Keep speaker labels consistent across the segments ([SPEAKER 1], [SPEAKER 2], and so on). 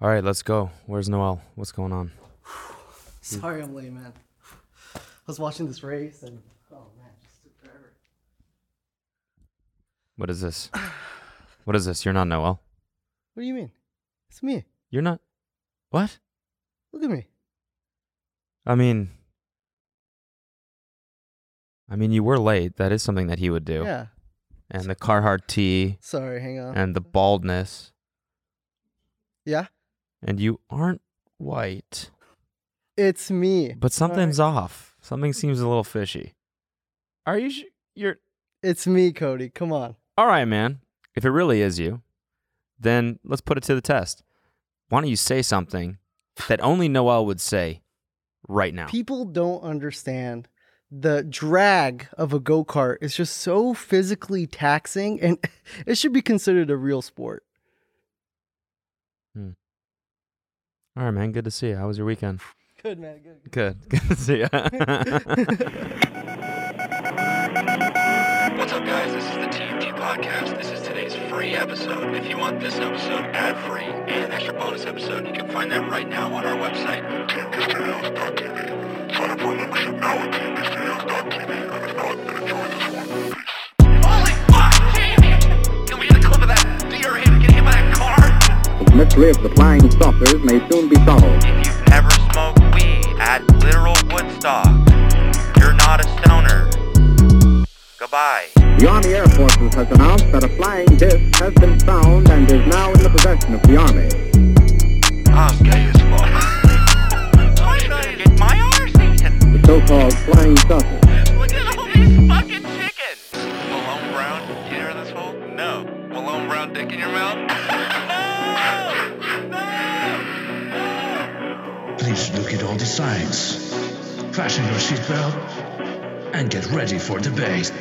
[SPEAKER 1] All right, let's go. Where's Noel? What's going on?
[SPEAKER 2] Sorry I'm late, man. I was watching this race and oh man, it just took forever.
[SPEAKER 1] What is this? What is this? You're not Noel.
[SPEAKER 2] What do you mean? It's me.
[SPEAKER 1] You're not. What?
[SPEAKER 2] Look at me.
[SPEAKER 1] I mean. I mean, you were late. That is something that he would do.
[SPEAKER 2] Yeah. Uh-huh.
[SPEAKER 1] And the Carhartt tee
[SPEAKER 2] Sorry, hang on.
[SPEAKER 1] and the baldness.
[SPEAKER 2] yeah?
[SPEAKER 1] And you aren't white,
[SPEAKER 2] It's me.
[SPEAKER 1] but something's off. Something seems a little fishy. Are you? Sh- you're.
[SPEAKER 2] It's me, Cody. Come on.
[SPEAKER 1] all right, man, if it really is you, then let's put it to the test. Why don't you say something that only Noel would say right now?
[SPEAKER 2] People don't understand the drag of a go-kart is just so physically taxing and it should be considered a real sport.
[SPEAKER 1] All right, man, good to see you. How was your weekend?
[SPEAKER 2] Good man, good.
[SPEAKER 1] Good. Good to see you.
[SPEAKER 3] What's up, guys? This is the TMG Podcast. This is today's free episode. If you want this episode ad free and an extra bonus episode, you can find that right now on our website, TMGStudios.tv. Sign up for a membership now at TMGStudios.tv. And if not, then enjoy this one. Holy fuck! Damn! Can we get a clip of that deer him getting hit by that car?
[SPEAKER 4] mystery of the flying saucers may soon be solved.
[SPEAKER 3] If you've ever smoked weed at literal Woodstock, you're not a stoner. Goodbye.
[SPEAKER 4] The Army Air Forces has announced that a flying disc has been found and is now in the possession of the Army.
[SPEAKER 3] I'm gay as fuck. I'm trying to get my arse eaten.
[SPEAKER 4] The so-called flying saucer.
[SPEAKER 3] Look at all these fucking chickens. Malone Brown, you hear this hole? No. Malone Brown dick in your mouth? no! No!
[SPEAKER 5] Please look at all the signs. Fasten your seatbelt and get ready for debate.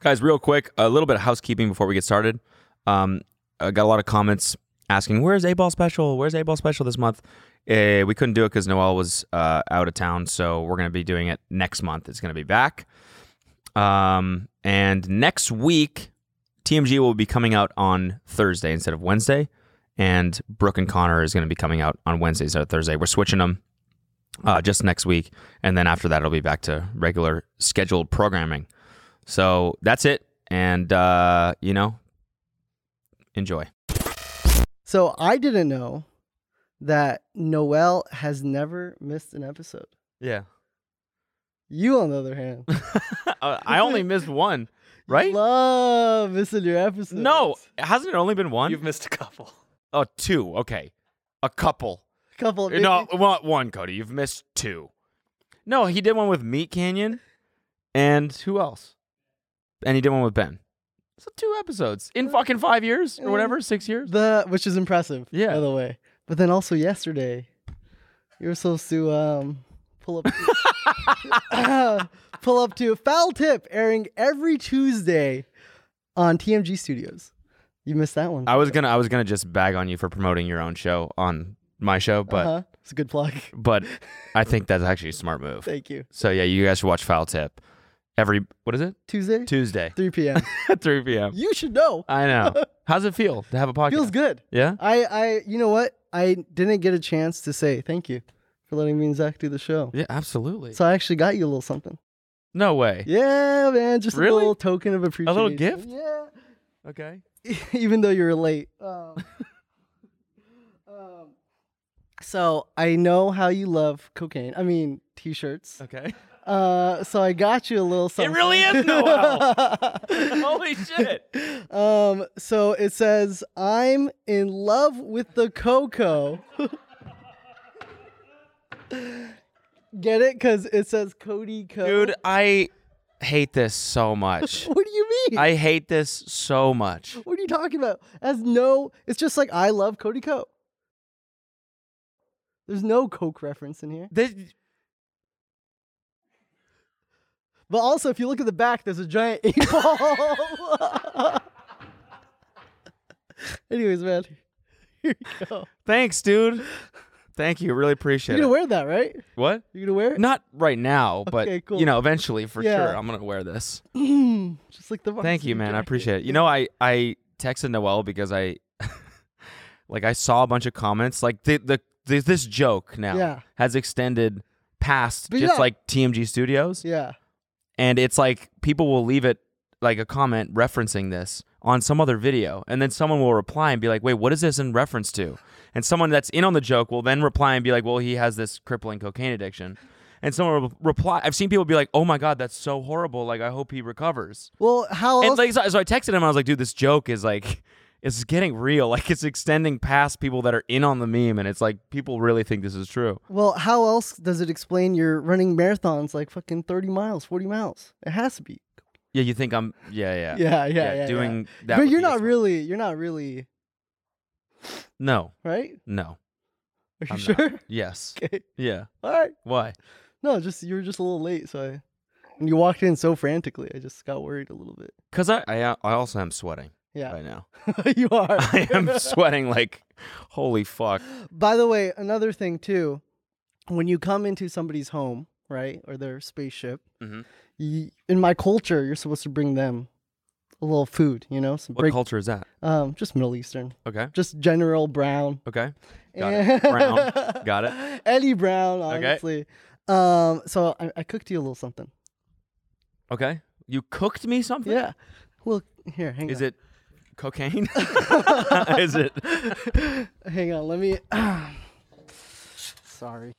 [SPEAKER 1] Guys, real quick, a little bit of housekeeping before we get started. Um, I got a lot of comments asking, "Where's A Ball Special? Where's A Ball Special this month?" Eh, we couldn't do it because Noel was uh, out of town, so we're gonna be doing it next month. It's gonna be back. Um, and next week, TMG will be coming out on Thursday instead of Wednesday, and Brooke and Connor is gonna be coming out on Wednesday instead of Thursday. We're switching them uh, just next week, and then after that, it'll be back to regular scheduled programming. So that's it. And, uh, you know, enjoy.
[SPEAKER 2] So I didn't know that Noel has never missed an episode.
[SPEAKER 1] Yeah.
[SPEAKER 2] You, on the other hand,
[SPEAKER 1] Uh, I only missed one, right?
[SPEAKER 2] love missing your episodes.
[SPEAKER 1] No, hasn't it only been one?
[SPEAKER 6] You've missed a couple.
[SPEAKER 1] oh, two. Okay. A couple.
[SPEAKER 2] couple.
[SPEAKER 1] No, well, one, Cody. You've missed two. No, he did one with Meat Canyon and who else? And he did one with Ben. So two episodes in fucking five years or whatever, six years.
[SPEAKER 2] The which is impressive.
[SPEAKER 1] Yeah.
[SPEAKER 2] By the way, but then also yesterday, you were supposed to um pull up. pull up to foul tip airing every Tuesday on TMG Studios. You missed that one.
[SPEAKER 1] I was gonna, I was gonna just bag on you for promoting your own show on my show, but
[SPEAKER 2] Uh-huh. It's a good plug.
[SPEAKER 1] but I think that's actually a smart move.
[SPEAKER 2] Thank you.
[SPEAKER 1] So yeah, you guys should watch Foul Tip every what is it
[SPEAKER 2] Tuesday,
[SPEAKER 1] Tuesday
[SPEAKER 2] 3 p.m.
[SPEAKER 1] at 3 p.m.
[SPEAKER 2] you should know.
[SPEAKER 1] I know. How's it feel to have a podcast?
[SPEAKER 2] Feels good.
[SPEAKER 1] Yeah.
[SPEAKER 2] I, I, you know what? I didn't get a chance to say thank you for letting me and Zach do the show.
[SPEAKER 1] Yeah, absolutely.
[SPEAKER 2] So I actually got you a little something.
[SPEAKER 1] no way.
[SPEAKER 2] Yeah, man. Just a
[SPEAKER 1] Really?
[SPEAKER 2] little token of appreciation.
[SPEAKER 1] little gift?
[SPEAKER 2] Yeah.
[SPEAKER 1] Okay.
[SPEAKER 2] Even though you were late. Um, um, so I know how you love cocaine. I mean, t-shirts.
[SPEAKER 1] Okay.
[SPEAKER 2] Uh, so I got you a little something.
[SPEAKER 1] really is Noel. Holy shit.
[SPEAKER 2] Um, so it says, I'm in love with the cocoa. Get it? Because it says Cody Co.
[SPEAKER 1] Dude, I hate this so much.
[SPEAKER 2] what do you mean?
[SPEAKER 1] I hate this so much.
[SPEAKER 2] what are you talking about? As no, it's just like I love Cody Co. There's no Coke reference in here.
[SPEAKER 1] This,
[SPEAKER 2] But also, if you look at the back, there's a giant eight ball. Anyways, man, here you go.
[SPEAKER 1] thanks, dude. Thank you. Really appreciate
[SPEAKER 2] You're gonna
[SPEAKER 1] it.
[SPEAKER 2] wear that, right?
[SPEAKER 1] what?
[SPEAKER 2] You're gonna wear it?
[SPEAKER 1] Not right now, but
[SPEAKER 2] Okay, cool.
[SPEAKER 1] you know, eventually for
[SPEAKER 2] Yeah.
[SPEAKER 1] sure I'm going to wear this.
[SPEAKER 2] Mm, just like the
[SPEAKER 1] Thank you,
[SPEAKER 2] varsity
[SPEAKER 1] man. I
[SPEAKER 2] jacket.
[SPEAKER 1] appreciate it. You know, I I texted Noel because I, like, I saw a bunch of comments. Like the the, the this joke now
[SPEAKER 2] Yeah.
[SPEAKER 1] has extended past
[SPEAKER 2] But
[SPEAKER 1] just
[SPEAKER 2] yeah.
[SPEAKER 1] like TMG Studios,
[SPEAKER 2] Yeah.
[SPEAKER 1] and it's like people will leave it like a comment referencing this on some other video, and then someone will reply and be like, "Wait, what is this in reference to?" And someone that's in on the joke will then reply and be like, "Well, he has this crippling cocaine addiction." And someone will reply. I've seen people be like, "Oh my god, that's so horrible! Like, I hope he recovers."
[SPEAKER 2] Well, how
[SPEAKER 1] And
[SPEAKER 2] else?
[SPEAKER 1] like, so, so I texted him. I was like, dude, this joke is like, it's getting real. Like, it's extending past people that are in on the meme, and it's like people really think this is true.
[SPEAKER 2] well, how else does it explain you're running marathons like fucking thirty miles, forty miles? It has to be.
[SPEAKER 1] Yeah, you think I'm? Yeah, yeah,
[SPEAKER 2] Yeah, yeah, yeah. yeah.
[SPEAKER 1] doing that,
[SPEAKER 2] but
[SPEAKER 1] would
[SPEAKER 2] you're
[SPEAKER 1] be
[SPEAKER 2] not
[SPEAKER 1] a-
[SPEAKER 2] really. You're not really.
[SPEAKER 1] No,
[SPEAKER 2] Right?
[SPEAKER 1] no.
[SPEAKER 2] Are you
[SPEAKER 1] I'm
[SPEAKER 2] sure?
[SPEAKER 1] not. Yes.
[SPEAKER 2] Okay.
[SPEAKER 1] Yeah.
[SPEAKER 2] All right.
[SPEAKER 1] Why?
[SPEAKER 2] No, just you were just a little late, so I. When you walked in so frantically, I just got worried a little bit.
[SPEAKER 1] Because I, I, I also am sweating
[SPEAKER 2] Yeah,
[SPEAKER 1] right now.
[SPEAKER 2] you are.
[SPEAKER 1] I am sweating like, holy fuck.
[SPEAKER 2] By the way, another thing too, when you come into somebody's home, right, or their spaceship,
[SPEAKER 1] Mhm.
[SPEAKER 2] y- in my culture, you're supposed to bring them a little food, you know, some
[SPEAKER 1] What
[SPEAKER 2] break,
[SPEAKER 1] culture is that?
[SPEAKER 2] um, just Middle Eastern,
[SPEAKER 1] Okay.
[SPEAKER 2] just general brown,
[SPEAKER 1] Okay. Got it. Brown. Got it.
[SPEAKER 2] Eddie Brown,
[SPEAKER 1] Okay.
[SPEAKER 2] honestly. Um, so I, I cooked you a little something.
[SPEAKER 1] Okay. You cooked me something.
[SPEAKER 2] Yeah. Well, here, hang
[SPEAKER 1] Is
[SPEAKER 2] on.
[SPEAKER 1] it cocaine? is it?
[SPEAKER 2] Hang on, let me. Sorry.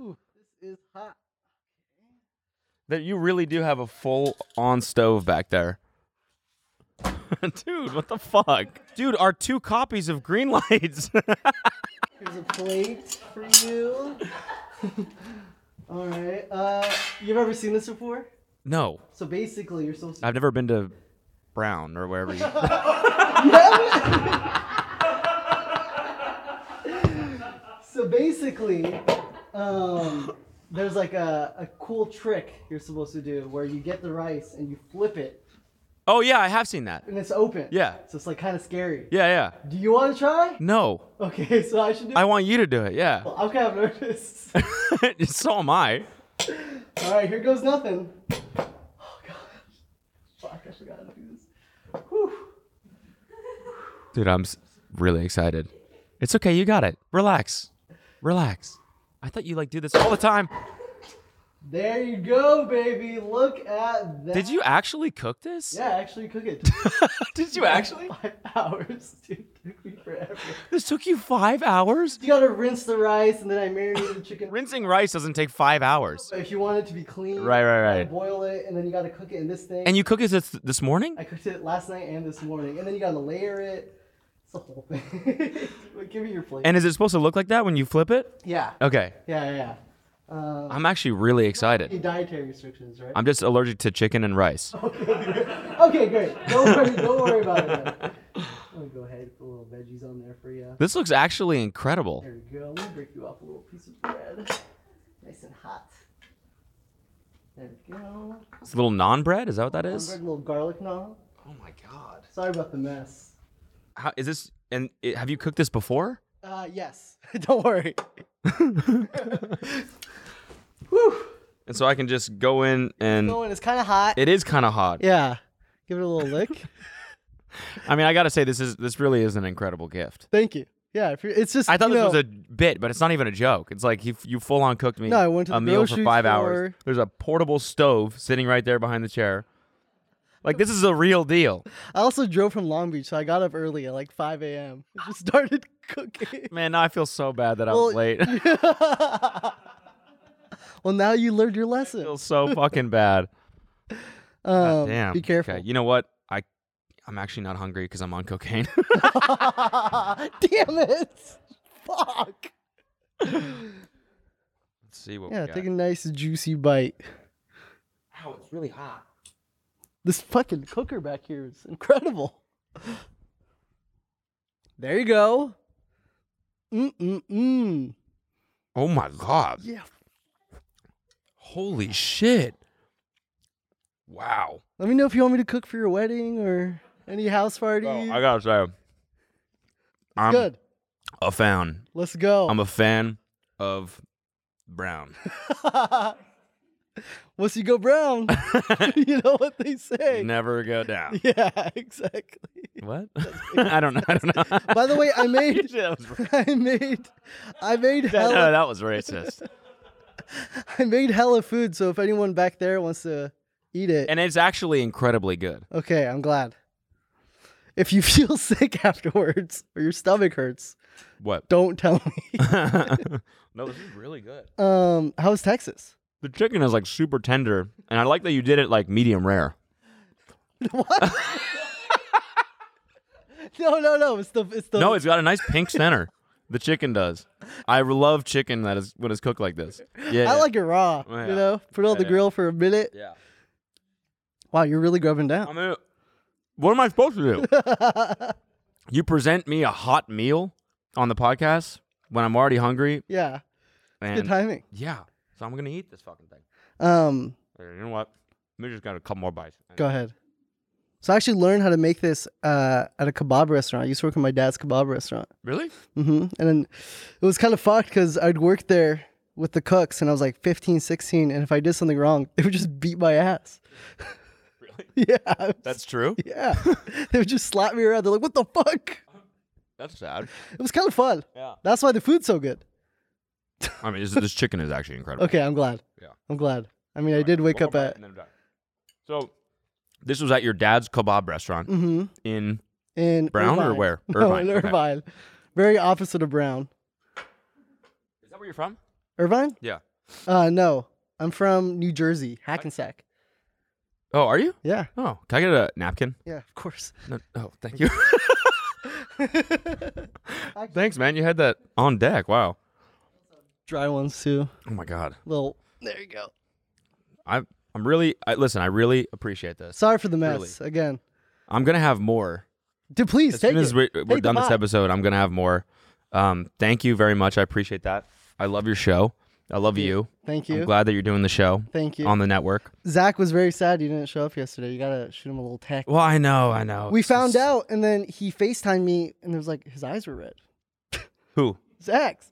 [SPEAKER 2] Ooh, this is hot.
[SPEAKER 1] That you really do have a full on stove back there. Dude, what the fuck? Dude, our two copies of Green Lights.
[SPEAKER 2] Here's a plate for you. All right. Uh, you've ever seen this before?
[SPEAKER 1] no,
[SPEAKER 2] So basically, you're supposed to.
[SPEAKER 1] I've never been to Brown or wherever you.
[SPEAKER 2] So basically, um, there's like a, a cool trick you're supposed to do where you get the rice and you flip it
[SPEAKER 1] Oh yeah, I have seen that.
[SPEAKER 2] and it's open.
[SPEAKER 1] Yeah.
[SPEAKER 2] So it's like kind of scary.
[SPEAKER 1] Yeah, yeah.
[SPEAKER 2] Do you want to try?
[SPEAKER 1] No,
[SPEAKER 2] Okay, so I should do.
[SPEAKER 1] I want you to do it. Yeah.
[SPEAKER 2] I'm kind of nervous.
[SPEAKER 1] so am I.
[SPEAKER 2] All right, here goes nothing. Oh gosh. Fuck, I forgot how to do this. Whew.
[SPEAKER 1] Dude, I'm s- really excited. It's okay, you got it. Relax, relax. I thought you like do this all the time.
[SPEAKER 2] There you go, baby. Look at that.
[SPEAKER 1] Did you actually cook this?
[SPEAKER 2] Yeah, I actually cook it. Took
[SPEAKER 1] Did you actually?
[SPEAKER 2] five hours, dude. Took me forever.
[SPEAKER 1] This took you five hours.
[SPEAKER 2] You gotta rinse the rice, and then I marinated the chicken.
[SPEAKER 1] Rinsing rice doesn't take five hours.
[SPEAKER 2] If you want it to be clean,
[SPEAKER 1] Right, right, right.
[SPEAKER 2] you gotta Boil it, and then you gotta cook it in this thing.
[SPEAKER 1] And you cook it this, this morning?
[SPEAKER 2] I cooked it last night and this morning, and then you gotta layer it. It's the whole thing. Wait, Give me your plate.
[SPEAKER 1] And is it supposed to look like that when you flip it?
[SPEAKER 2] yeah,
[SPEAKER 1] Okay.
[SPEAKER 2] yeah, yeah. yeah. Uh,
[SPEAKER 1] I'm actually really
[SPEAKER 2] any
[SPEAKER 1] excited.
[SPEAKER 2] dietary restrictions, right?
[SPEAKER 1] I'm just allergic to chicken and rice.
[SPEAKER 2] okay, great. Don't worry, don't worry about it. man. I'm gonna go ahead and put a little veggies on there for you.
[SPEAKER 1] This looks actually incredible.
[SPEAKER 2] There you go. Let me break you off a little piece of bread. Nice and hot. There we go.
[SPEAKER 1] It's a little non bread? Is that what that
[SPEAKER 2] One
[SPEAKER 1] is?
[SPEAKER 2] bread, little garlic naan.
[SPEAKER 1] Oh my God.
[SPEAKER 2] Sorry about the mess.
[SPEAKER 1] How, is this, and it, have you cooked this before?
[SPEAKER 2] Uh, yes. Don't worry. Whew.
[SPEAKER 1] And so I can just go in and
[SPEAKER 2] Going, it's kind of hot.
[SPEAKER 1] it is kind of hot.
[SPEAKER 2] yeah. Give it a little lick.
[SPEAKER 1] I mean, I gotta say, this is this really is an incredible gift.
[SPEAKER 2] Thank you. Yeah. If you're, it's just.
[SPEAKER 1] I thought
[SPEAKER 2] you
[SPEAKER 1] this
[SPEAKER 2] know,
[SPEAKER 1] was a bit, but it's not even a joke. It's like he, you full on cooked me
[SPEAKER 2] No, I went to
[SPEAKER 1] a
[SPEAKER 2] the
[SPEAKER 1] meal for
[SPEAKER 2] grocery
[SPEAKER 1] five hours.
[SPEAKER 2] store.
[SPEAKER 1] There's a portable stove sitting right there behind the chair. Like this is a real deal,
[SPEAKER 2] I also drove from Long Beach, so I got up early at like 5 a.m. and Just started cooking.
[SPEAKER 1] man. Now I feel so bad that
[SPEAKER 2] Well,
[SPEAKER 1] I'm late. I
[SPEAKER 2] well, now you learned your lesson.
[SPEAKER 1] feel so fucking bad.
[SPEAKER 2] Um,
[SPEAKER 1] Damn.
[SPEAKER 2] Be careful.
[SPEAKER 1] Okay, you know what? I I'm actually not hungry because I'm on cocaine.
[SPEAKER 2] Damn it! Fuck.
[SPEAKER 1] Let's see what.
[SPEAKER 2] Yeah,
[SPEAKER 1] we got.
[SPEAKER 2] take a nice juicy bite.
[SPEAKER 1] Ow, it's really hot.
[SPEAKER 2] This fucking cooker back here is incredible. There you go. Mm mm mm.
[SPEAKER 1] Oh my god!
[SPEAKER 2] Yeah.
[SPEAKER 1] Holy shit! Wow.
[SPEAKER 2] Let me know if you want me to cook for your wedding or any house party.
[SPEAKER 1] Oh, I gotta say, I'm
[SPEAKER 2] Good. Oh.
[SPEAKER 1] a fan.
[SPEAKER 2] Let's go.
[SPEAKER 1] I'm a fan of Brown.
[SPEAKER 2] Once you go brown, you know what they say.
[SPEAKER 1] Never go down.
[SPEAKER 2] Yeah, exactly.
[SPEAKER 1] What? I don't know. I don't know.
[SPEAKER 2] By the way, I made
[SPEAKER 1] that was
[SPEAKER 2] I made I made
[SPEAKER 1] that,
[SPEAKER 2] hella,
[SPEAKER 1] that was racist.
[SPEAKER 2] I made hella food, so if anyone back there wants to eat it,
[SPEAKER 1] And it's actually incredibly good.
[SPEAKER 2] okay, I'm glad. If you feel sick afterwards or your stomach hurts,
[SPEAKER 1] What?
[SPEAKER 2] don't tell me.
[SPEAKER 1] no, this is really good.
[SPEAKER 2] Um, how's Texas?
[SPEAKER 1] The chicken is like super tender, and I like that you did it like medium rare.
[SPEAKER 2] What? no, no, no. It's the it's the
[SPEAKER 1] No, it's got a nice pink center. The chicken does. I love chicken that is when it's cooked like this. Yeah,
[SPEAKER 2] I like it raw.
[SPEAKER 1] Oh, Yeah.
[SPEAKER 2] You know, put it on the
[SPEAKER 1] Yeah.
[SPEAKER 2] grill for a minute.
[SPEAKER 1] Yeah. Um,
[SPEAKER 2] Wow, you're really grubbing down.
[SPEAKER 1] I mean, what am I supposed to do? you present me a hot meal on the podcast when I'm already hungry,
[SPEAKER 2] Yeah, good
[SPEAKER 1] and
[SPEAKER 2] timing.
[SPEAKER 1] yeah, so I'm gonna eat this fucking thing.
[SPEAKER 2] Um,
[SPEAKER 1] Here, You know what? Let me just got a couple more bites.
[SPEAKER 2] go ahead. So I actually learned how to make this uh, at a kebab restaurant. I used to work in my dad's kebab restaurant.
[SPEAKER 1] Really?
[SPEAKER 2] hmm And then it was kind of fucked because I'd work there with the cooks and I was like 15, 16. And if I did something wrong, they would just beat my ass. Really? yeah. I was-
[SPEAKER 1] That's true.
[SPEAKER 2] yeah. they would just slap me around. They're like, what the fuck?
[SPEAKER 1] That's sad.
[SPEAKER 2] It was kind of fun.
[SPEAKER 1] Yeah.
[SPEAKER 2] That's why the food's so good.
[SPEAKER 1] I mean, this, this chicken is actually incredible.
[SPEAKER 2] Okay, I'm glad.
[SPEAKER 1] Yeah.
[SPEAKER 2] I'm glad. I mean, I did wake up at
[SPEAKER 1] So, this was at your dad's kebab restaurant
[SPEAKER 2] hmm
[SPEAKER 1] in
[SPEAKER 2] in
[SPEAKER 1] Brown or
[SPEAKER 2] Irvine.
[SPEAKER 1] where?
[SPEAKER 2] No,
[SPEAKER 1] Irvine,
[SPEAKER 2] in
[SPEAKER 1] okay.
[SPEAKER 2] Irvine. Very opposite of Brown.
[SPEAKER 1] Is that where you're from?
[SPEAKER 2] Irvine?
[SPEAKER 1] Yeah.
[SPEAKER 2] Uh, no, I'm from New Jersey, Hackensack.
[SPEAKER 1] Oh, are you?
[SPEAKER 2] Yeah,
[SPEAKER 1] Oh, can I get a napkin?
[SPEAKER 2] yeah, of course.
[SPEAKER 1] No, oh, thank you. Thanks, man. You had that on deck. Wow.
[SPEAKER 2] Dry ones too.
[SPEAKER 1] Oh my God.
[SPEAKER 2] Little. There you go.
[SPEAKER 1] I I'm really I, listen. I really appreciate this.
[SPEAKER 2] Sorry for the mess again.
[SPEAKER 1] I'm gonna have more
[SPEAKER 2] Dude, please
[SPEAKER 1] as
[SPEAKER 2] take
[SPEAKER 1] soon as
[SPEAKER 2] it.
[SPEAKER 1] we,
[SPEAKER 2] Take
[SPEAKER 1] we're
[SPEAKER 2] the
[SPEAKER 1] done this
[SPEAKER 2] pot.
[SPEAKER 1] episode. I'm gonna have more. Um, thank you very much. I appreciate that. I love your show. I love you.
[SPEAKER 2] Thank you.
[SPEAKER 1] I'm glad that you're doing the show
[SPEAKER 2] Thank you.
[SPEAKER 1] on the network.
[SPEAKER 2] Zach was very sad you didn't show up yesterday. You gotta shoot him a little text.
[SPEAKER 1] Well, I know, I know.
[SPEAKER 2] we
[SPEAKER 1] It's
[SPEAKER 2] found
[SPEAKER 1] just-
[SPEAKER 2] out, and then he Facetimed me, and there was like his eyes were red.
[SPEAKER 1] who
[SPEAKER 2] Zach's.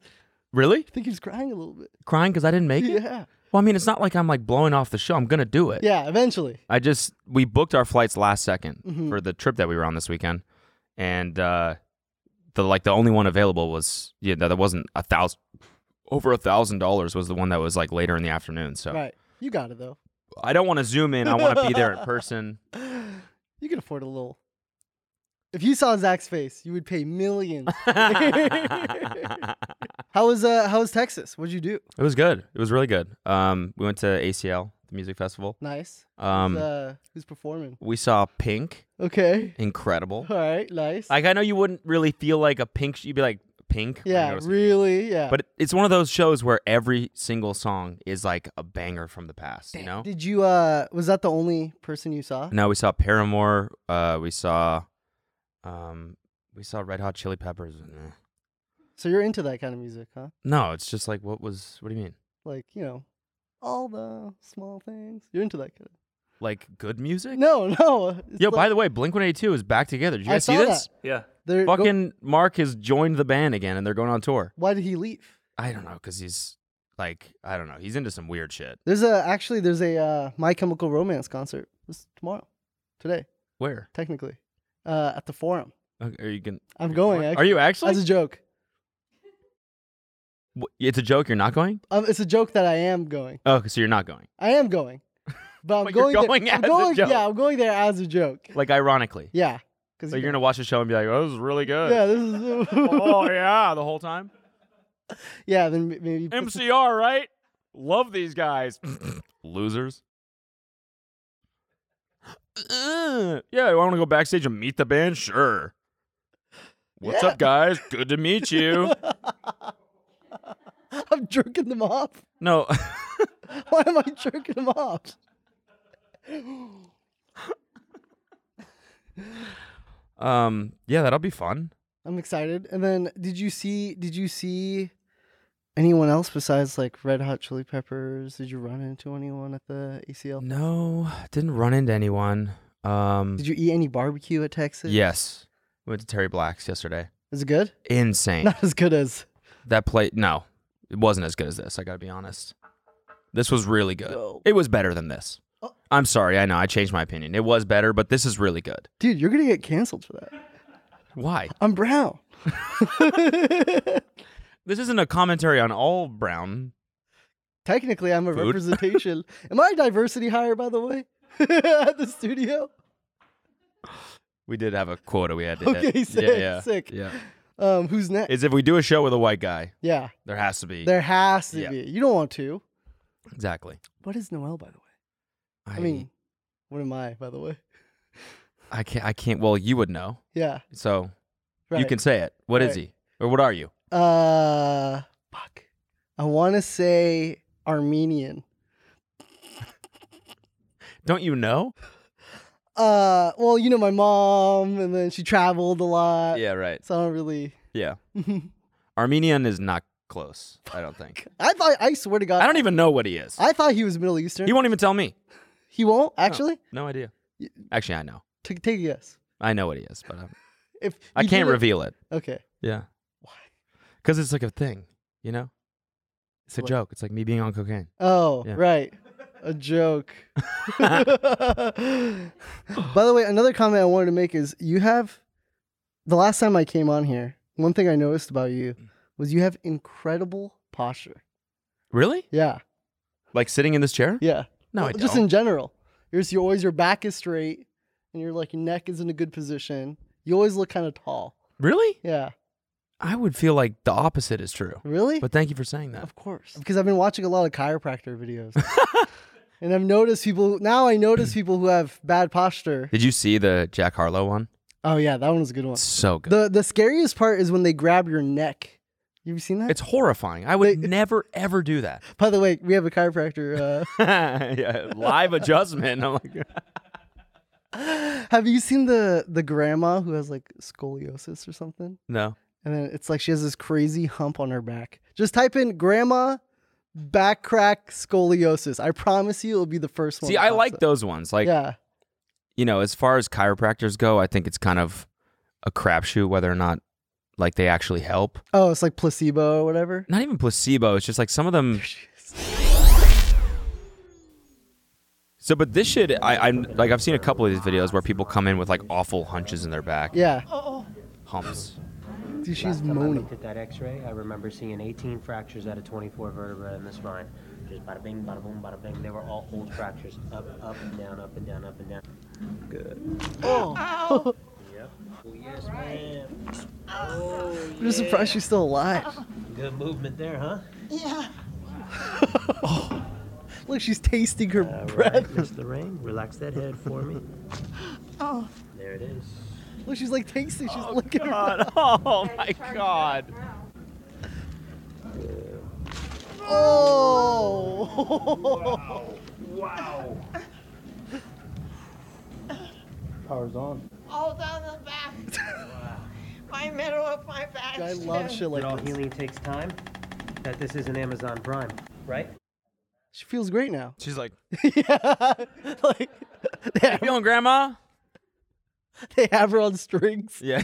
[SPEAKER 1] really
[SPEAKER 2] I think he was crying a little bit.
[SPEAKER 1] crying because I didn't make it.
[SPEAKER 2] Yeah.
[SPEAKER 1] Well, I mean, it's not like I'm like blowing off the show. I'm gonna do it.
[SPEAKER 2] Yeah. Eventually.
[SPEAKER 1] I just we booked our flights last 2nd
[SPEAKER 2] Mm-hmm.
[SPEAKER 1] for the trip that we were on this weekend, and uh, the like the only one available was yeah that wasn't a thousand over a thousand dollars was the one that was like later in the afternoon. So
[SPEAKER 2] Right. You got it though.
[SPEAKER 1] I don't want to zoom in. I want to be there in person.
[SPEAKER 2] You can afford a little. If you saw Zach's face, you would pay millions.
[SPEAKER 1] it
[SPEAKER 2] How was uh how was Texas? What'd you do?
[SPEAKER 1] was good. It was really good. Um, we went to ACL the music festival.
[SPEAKER 2] Nice.
[SPEAKER 1] Um,
[SPEAKER 2] who's, uh, who's performing?
[SPEAKER 1] we saw Pink.
[SPEAKER 2] Okay.
[SPEAKER 1] Incredible.
[SPEAKER 2] All right. Nice.
[SPEAKER 1] Like I know you wouldn't really feel like a Pink. sh- You'd be like Pink. when I
[SPEAKER 2] yeah.
[SPEAKER 1] go to see
[SPEAKER 2] Really. Yeah.
[SPEAKER 1] But it- it's one of those shows where every single song is like a banger from the past, you know?
[SPEAKER 2] did you uh was that the only person you saw?
[SPEAKER 1] No, we saw Paramore, uh, we saw um we saw Red Hot Chili Peppers. Nah.
[SPEAKER 2] So you're into that kind of music, huh?
[SPEAKER 1] No, it's just like what was what do you mean?
[SPEAKER 2] Like you know, all the small things. You're into that kind
[SPEAKER 1] Like good music?
[SPEAKER 2] of. No, no. it's
[SPEAKER 1] Yo,
[SPEAKER 2] like-
[SPEAKER 1] by the way, Blink 182 is back together. Did you
[SPEAKER 2] I
[SPEAKER 1] guys see
[SPEAKER 2] saw
[SPEAKER 1] this?
[SPEAKER 5] Yeah.
[SPEAKER 2] they're go-
[SPEAKER 1] Fucking Mark has joined the band again and they're going on tour.
[SPEAKER 2] why did he leave?
[SPEAKER 1] I don't know, because he's like, I don't know. He's into some weird shit.
[SPEAKER 2] There's a actually there's a uh, My Chemical Romance concert this tomorrow, today
[SPEAKER 1] Where?
[SPEAKER 2] technically, uh, at the Forum.
[SPEAKER 1] Okay, Are you going?
[SPEAKER 2] I'm going.
[SPEAKER 1] Are
[SPEAKER 2] Actually,
[SPEAKER 1] you actually?
[SPEAKER 2] as a joke.
[SPEAKER 1] W- it's a joke. You're not going?
[SPEAKER 2] Um, it's a joke that I am going.
[SPEAKER 1] Oh, so you're not going.
[SPEAKER 2] I am going, but I'm
[SPEAKER 1] But you're
[SPEAKER 2] going. there-
[SPEAKER 1] going
[SPEAKER 2] I'm
[SPEAKER 1] as a
[SPEAKER 2] going-
[SPEAKER 1] joke.
[SPEAKER 2] Yeah, I'm going there as a joke.
[SPEAKER 1] Like, ironically.
[SPEAKER 2] Yeah, because
[SPEAKER 1] So you're gonna watch the show and be like, "Oh, this is really good."
[SPEAKER 2] Yeah, this is.
[SPEAKER 1] oh yeah, the whole time.
[SPEAKER 2] yeah, then m- maybe. put some-
[SPEAKER 1] MCR, right? Love these guys. Losers. Uh, yeah, I want to go backstage and meet the band. Sure. What's
[SPEAKER 2] Yeah.
[SPEAKER 1] up, guys? Good to meet you.
[SPEAKER 2] I'm jerking them off.
[SPEAKER 1] no,
[SPEAKER 2] Why am I jerking them off?
[SPEAKER 1] um, yeah, that'll be fun.
[SPEAKER 2] I'm excited. And then, did you see? Did you see anyone else besides like Red Hot Chili Peppers? Did you run into anyone at the ACL?
[SPEAKER 1] No, didn't run into anyone. Um,
[SPEAKER 2] Did you eat any barbecue at Texas?
[SPEAKER 1] yes, went to Terry Black's yesterday.
[SPEAKER 2] Is it good?
[SPEAKER 1] Insane.
[SPEAKER 2] Not as good as.
[SPEAKER 1] That play, no, it wasn't as good as this. I gotta be honest. This was really good.
[SPEAKER 2] No.
[SPEAKER 1] It was better than this.
[SPEAKER 2] Oh.
[SPEAKER 1] I'm sorry. I know. I changed my opinion. It was better, but this is really good.
[SPEAKER 2] Dude, you're gonna get canceled for that.
[SPEAKER 1] Why?
[SPEAKER 2] I'm brown.
[SPEAKER 1] This isn't a commentary on all brown.
[SPEAKER 2] Technically, I'm a
[SPEAKER 1] Food.
[SPEAKER 2] representation. Am I diversity hire, by the way? At the studio.
[SPEAKER 1] We did have a quota we had to hit.
[SPEAKER 2] Okay, sick,
[SPEAKER 1] yeah, yeah,
[SPEAKER 2] sick.
[SPEAKER 1] Yeah.
[SPEAKER 2] Um, who's next?
[SPEAKER 1] Is if we do a show with a white guy,
[SPEAKER 2] yeah,
[SPEAKER 1] there has to be
[SPEAKER 2] there has to
[SPEAKER 1] Yeah.
[SPEAKER 2] be. You don't want to.
[SPEAKER 1] exactly.
[SPEAKER 2] What is Noel, by the way? I mean, what am I, by the way?
[SPEAKER 1] I can't. I can't. Well, you would know,
[SPEAKER 2] Yeah,
[SPEAKER 1] so
[SPEAKER 2] right.
[SPEAKER 1] you can say it. What is
[SPEAKER 2] Right.
[SPEAKER 1] he, or what are you?
[SPEAKER 2] Uh, fuck. I want to say Armenian.
[SPEAKER 1] Don't you know?
[SPEAKER 2] Uh, well, you know my mom, and then she traveled a lot.
[SPEAKER 1] yeah, right.
[SPEAKER 2] So I don't really.
[SPEAKER 1] Yeah, Armenian is not close. I don't think.
[SPEAKER 2] I thought. I swear to God.
[SPEAKER 1] I don't even know what he is.
[SPEAKER 2] I thought he was Middle Eastern.
[SPEAKER 1] He won't Oh. even tell me.
[SPEAKER 2] He won't actually.
[SPEAKER 1] No idea. Actually, I know.
[SPEAKER 2] Ta- take a guess.
[SPEAKER 1] I know what he is, but I'm,
[SPEAKER 2] If
[SPEAKER 1] I
[SPEAKER 2] you
[SPEAKER 1] can't
[SPEAKER 2] did it-
[SPEAKER 1] reveal it.
[SPEAKER 2] Okay.
[SPEAKER 1] Yeah. Why? Because it's like a thing, you know. It's a
[SPEAKER 2] What?
[SPEAKER 1] joke. It's like me being on cocaine.
[SPEAKER 2] Oh,
[SPEAKER 1] Yeah.
[SPEAKER 2] right. A joke. By the way, another comment I wanted to make is you have the last time I came on here, one thing I noticed about you
[SPEAKER 1] Mm.
[SPEAKER 2] was you have incredible posture.
[SPEAKER 1] Really?
[SPEAKER 2] Yeah.
[SPEAKER 1] Like sitting in this chair?
[SPEAKER 2] Yeah.
[SPEAKER 1] No, I
[SPEAKER 2] Well, Just
[SPEAKER 1] don't.
[SPEAKER 2] in general. You're just, you always your back is straight and your like your neck is in a good position. You always look kind of tall.
[SPEAKER 1] Really?
[SPEAKER 2] Yeah.
[SPEAKER 1] I would feel like the opposite is true.
[SPEAKER 2] Really?
[SPEAKER 1] But thank you for saying that.
[SPEAKER 2] Of course. Because I've been watching a lot of chiropractor videos. and I've noticed people now I notice people who have bad posture.
[SPEAKER 1] Did you see the Jack Harlow one?
[SPEAKER 2] Oh yeah, that one was a good one.
[SPEAKER 1] It's so good.
[SPEAKER 2] The the scariest part is when they grab your neck. You've seen that?
[SPEAKER 1] it's horrifying. I would
[SPEAKER 2] They-
[SPEAKER 1] never ever do that.
[SPEAKER 2] By the way, we have a chiropractor.
[SPEAKER 1] yeah, live adjustment. I'm like,
[SPEAKER 2] Uh, have you seen the the grandma who has like scoliosis or something?
[SPEAKER 1] no.
[SPEAKER 2] And then it's like she has this crazy hump on her back. Just type in grandma back crack scoliosis. I promise you it'll be the first one.
[SPEAKER 1] See,
[SPEAKER 2] that
[SPEAKER 1] I
[SPEAKER 2] pops
[SPEAKER 1] like
[SPEAKER 2] up.
[SPEAKER 1] those ones. Like,
[SPEAKER 2] yeah.
[SPEAKER 1] you know, as far as chiropractors go, I think it's kind of a crapshoot whether or not like they actually help.
[SPEAKER 2] Oh, it's like placebo or whatever.
[SPEAKER 1] Not even placebo. It's just like some of them. So, but this shit, I, I'm like, I've seen a couple of these videos where people come in with like awful hunches in their back,
[SPEAKER 2] Yeah.
[SPEAKER 1] humps.
[SPEAKER 2] Dude, she's
[SPEAKER 6] Last time I
[SPEAKER 2] moaning.
[SPEAKER 6] looked at that x-ray, I remember seeing 18 fractures out of 24 vertebrae in the spine. Just bada bing, bada boom, bada bing. They were all old fractures. Up, up and down, up and down, up and down. Good. Oh. yep. Oh, yes, ma'am. Oh,
[SPEAKER 2] I'm just surprised she's still alive.
[SPEAKER 6] good movement there, huh?
[SPEAKER 1] Oh.
[SPEAKER 2] Look, she's tasting her
[SPEAKER 6] All
[SPEAKER 2] breath.
[SPEAKER 6] right, Mr. Rain, relax that head for me. Oh. There it is.
[SPEAKER 2] Look, she's like tasting. She's looking. at her
[SPEAKER 1] Oh my god.
[SPEAKER 2] Oh.
[SPEAKER 6] Power's on.
[SPEAKER 7] all down the back. My middle of my back.
[SPEAKER 2] I love shit
[SPEAKER 6] But all
[SPEAKER 2] like this.
[SPEAKER 6] healing takes time. That this isn't Amazon Prime, right?
[SPEAKER 2] She feels great now.
[SPEAKER 1] She's like,
[SPEAKER 2] yeah. Like they have,
[SPEAKER 1] feeling grandma?
[SPEAKER 2] they have her on strings.
[SPEAKER 1] Yeah.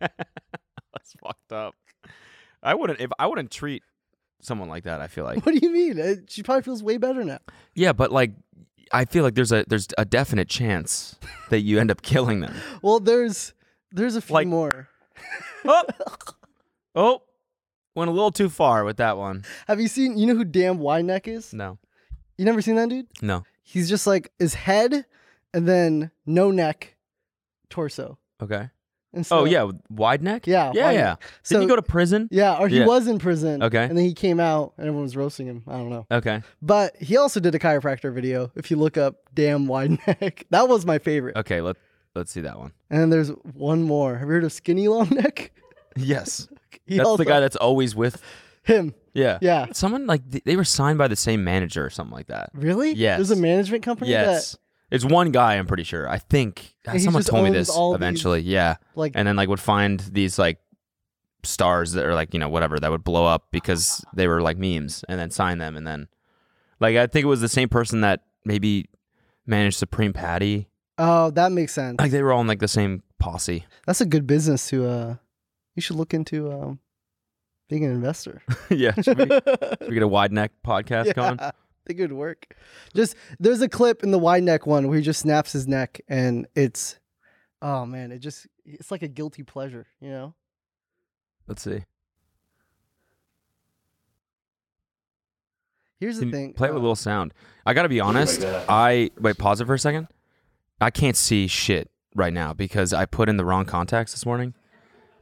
[SPEAKER 1] That's fucked up. I wouldn't if I wouldn't treat someone like that, I feel like.
[SPEAKER 2] What do you mean? Uh, She probably feels way better now.
[SPEAKER 1] Yeah, but like I feel like there's a there's a definite chance that you end up killing them.
[SPEAKER 2] Well, there's there's a few
[SPEAKER 1] Like-
[SPEAKER 2] more.
[SPEAKER 1] Oh. Oh. Went a little too far with that one.
[SPEAKER 2] Have you seen? You know who Dan Wyneck is?
[SPEAKER 1] No.
[SPEAKER 2] You never seen that dude?
[SPEAKER 1] No.
[SPEAKER 2] He's just like his head, and then no neck, torso.
[SPEAKER 1] Okay.
[SPEAKER 2] And so,
[SPEAKER 1] Oh yeah, with wide neck?
[SPEAKER 2] Yeah,
[SPEAKER 1] Yeah,
[SPEAKER 2] wide
[SPEAKER 1] yeah.
[SPEAKER 2] neck.
[SPEAKER 1] Didn't
[SPEAKER 2] So-
[SPEAKER 1] you go to prison?
[SPEAKER 2] Yeah, or he
[SPEAKER 1] Yeah.
[SPEAKER 2] was in prison.
[SPEAKER 1] Okay.
[SPEAKER 2] And then he came out and everyone was roasting him. I don't know.
[SPEAKER 1] Okay.
[SPEAKER 2] But he also did a chiropractor video. If you look up damn wide neck, that was my favorite.
[SPEAKER 1] Okay, let let's see that one.
[SPEAKER 2] And then there's one more. Have you heard of skinny long neck?
[SPEAKER 1] Yes.
[SPEAKER 2] He
[SPEAKER 1] That's
[SPEAKER 2] also-
[SPEAKER 1] the guy that's always with
[SPEAKER 2] him.
[SPEAKER 1] Yeah.
[SPEAKER 2] Yeah.
[SPEAKER 1] Someone like th- they were signed by the same manager or something like that.
[SPEAKER 2] Really?
[SPEAKER 1] Yes.
[SPEAKER 2] There's a management company
[SPEAKER 1] Yes. It's one guy, I'm pretty sure. I think
[SPEAKER 2] And he
[SPEAKER 1] someone
[SPEAKER 2] just
[SPEAKER 1] told me
[SPEAKER 2] owns
[SPEAKER 1] this
[SPEAKER 2] all
[SPEAKER 1] eventually. Yeah.
[SPEAKER 2] that like
[SPEAKER 1] And then like would find these like stars that are like, you know, whatever that would blow up because they were like memes and then sign them and then like I think it was the same person that maybe managed Supreme Patty.
[SPEAKER 2] oh, that makes sense.
[SPEAKER 1] Like they were all in like the same posse.
[SPEAKER 2] That's a good business to uh you should look into um being an investor.
[SPEAKER 1] yeah. Should we, should we get a wide neck podcast
[SPEAKER 2] Yeah.
[SPEAKER 1] going?
[SPEAKER 2] think it would work. Just there's a clip in the wide neck one where he just snaps his neck, and it's, oh man, it just it's like a guilty pleasure, you know.
[SPEAKER 1] Let's see.
[SPEAKER 2] Here's the
[SPEAKER 1] Can you
[SPEAKER 2] thing.
[SPEAKER 1] Play it with a
[SPEAKER 2] uh,
[SPEAKER 1] little sound. I gotta be honest. I wait. Pause it for a second. I can't see shit right now because I put in the wrong contacts this morning.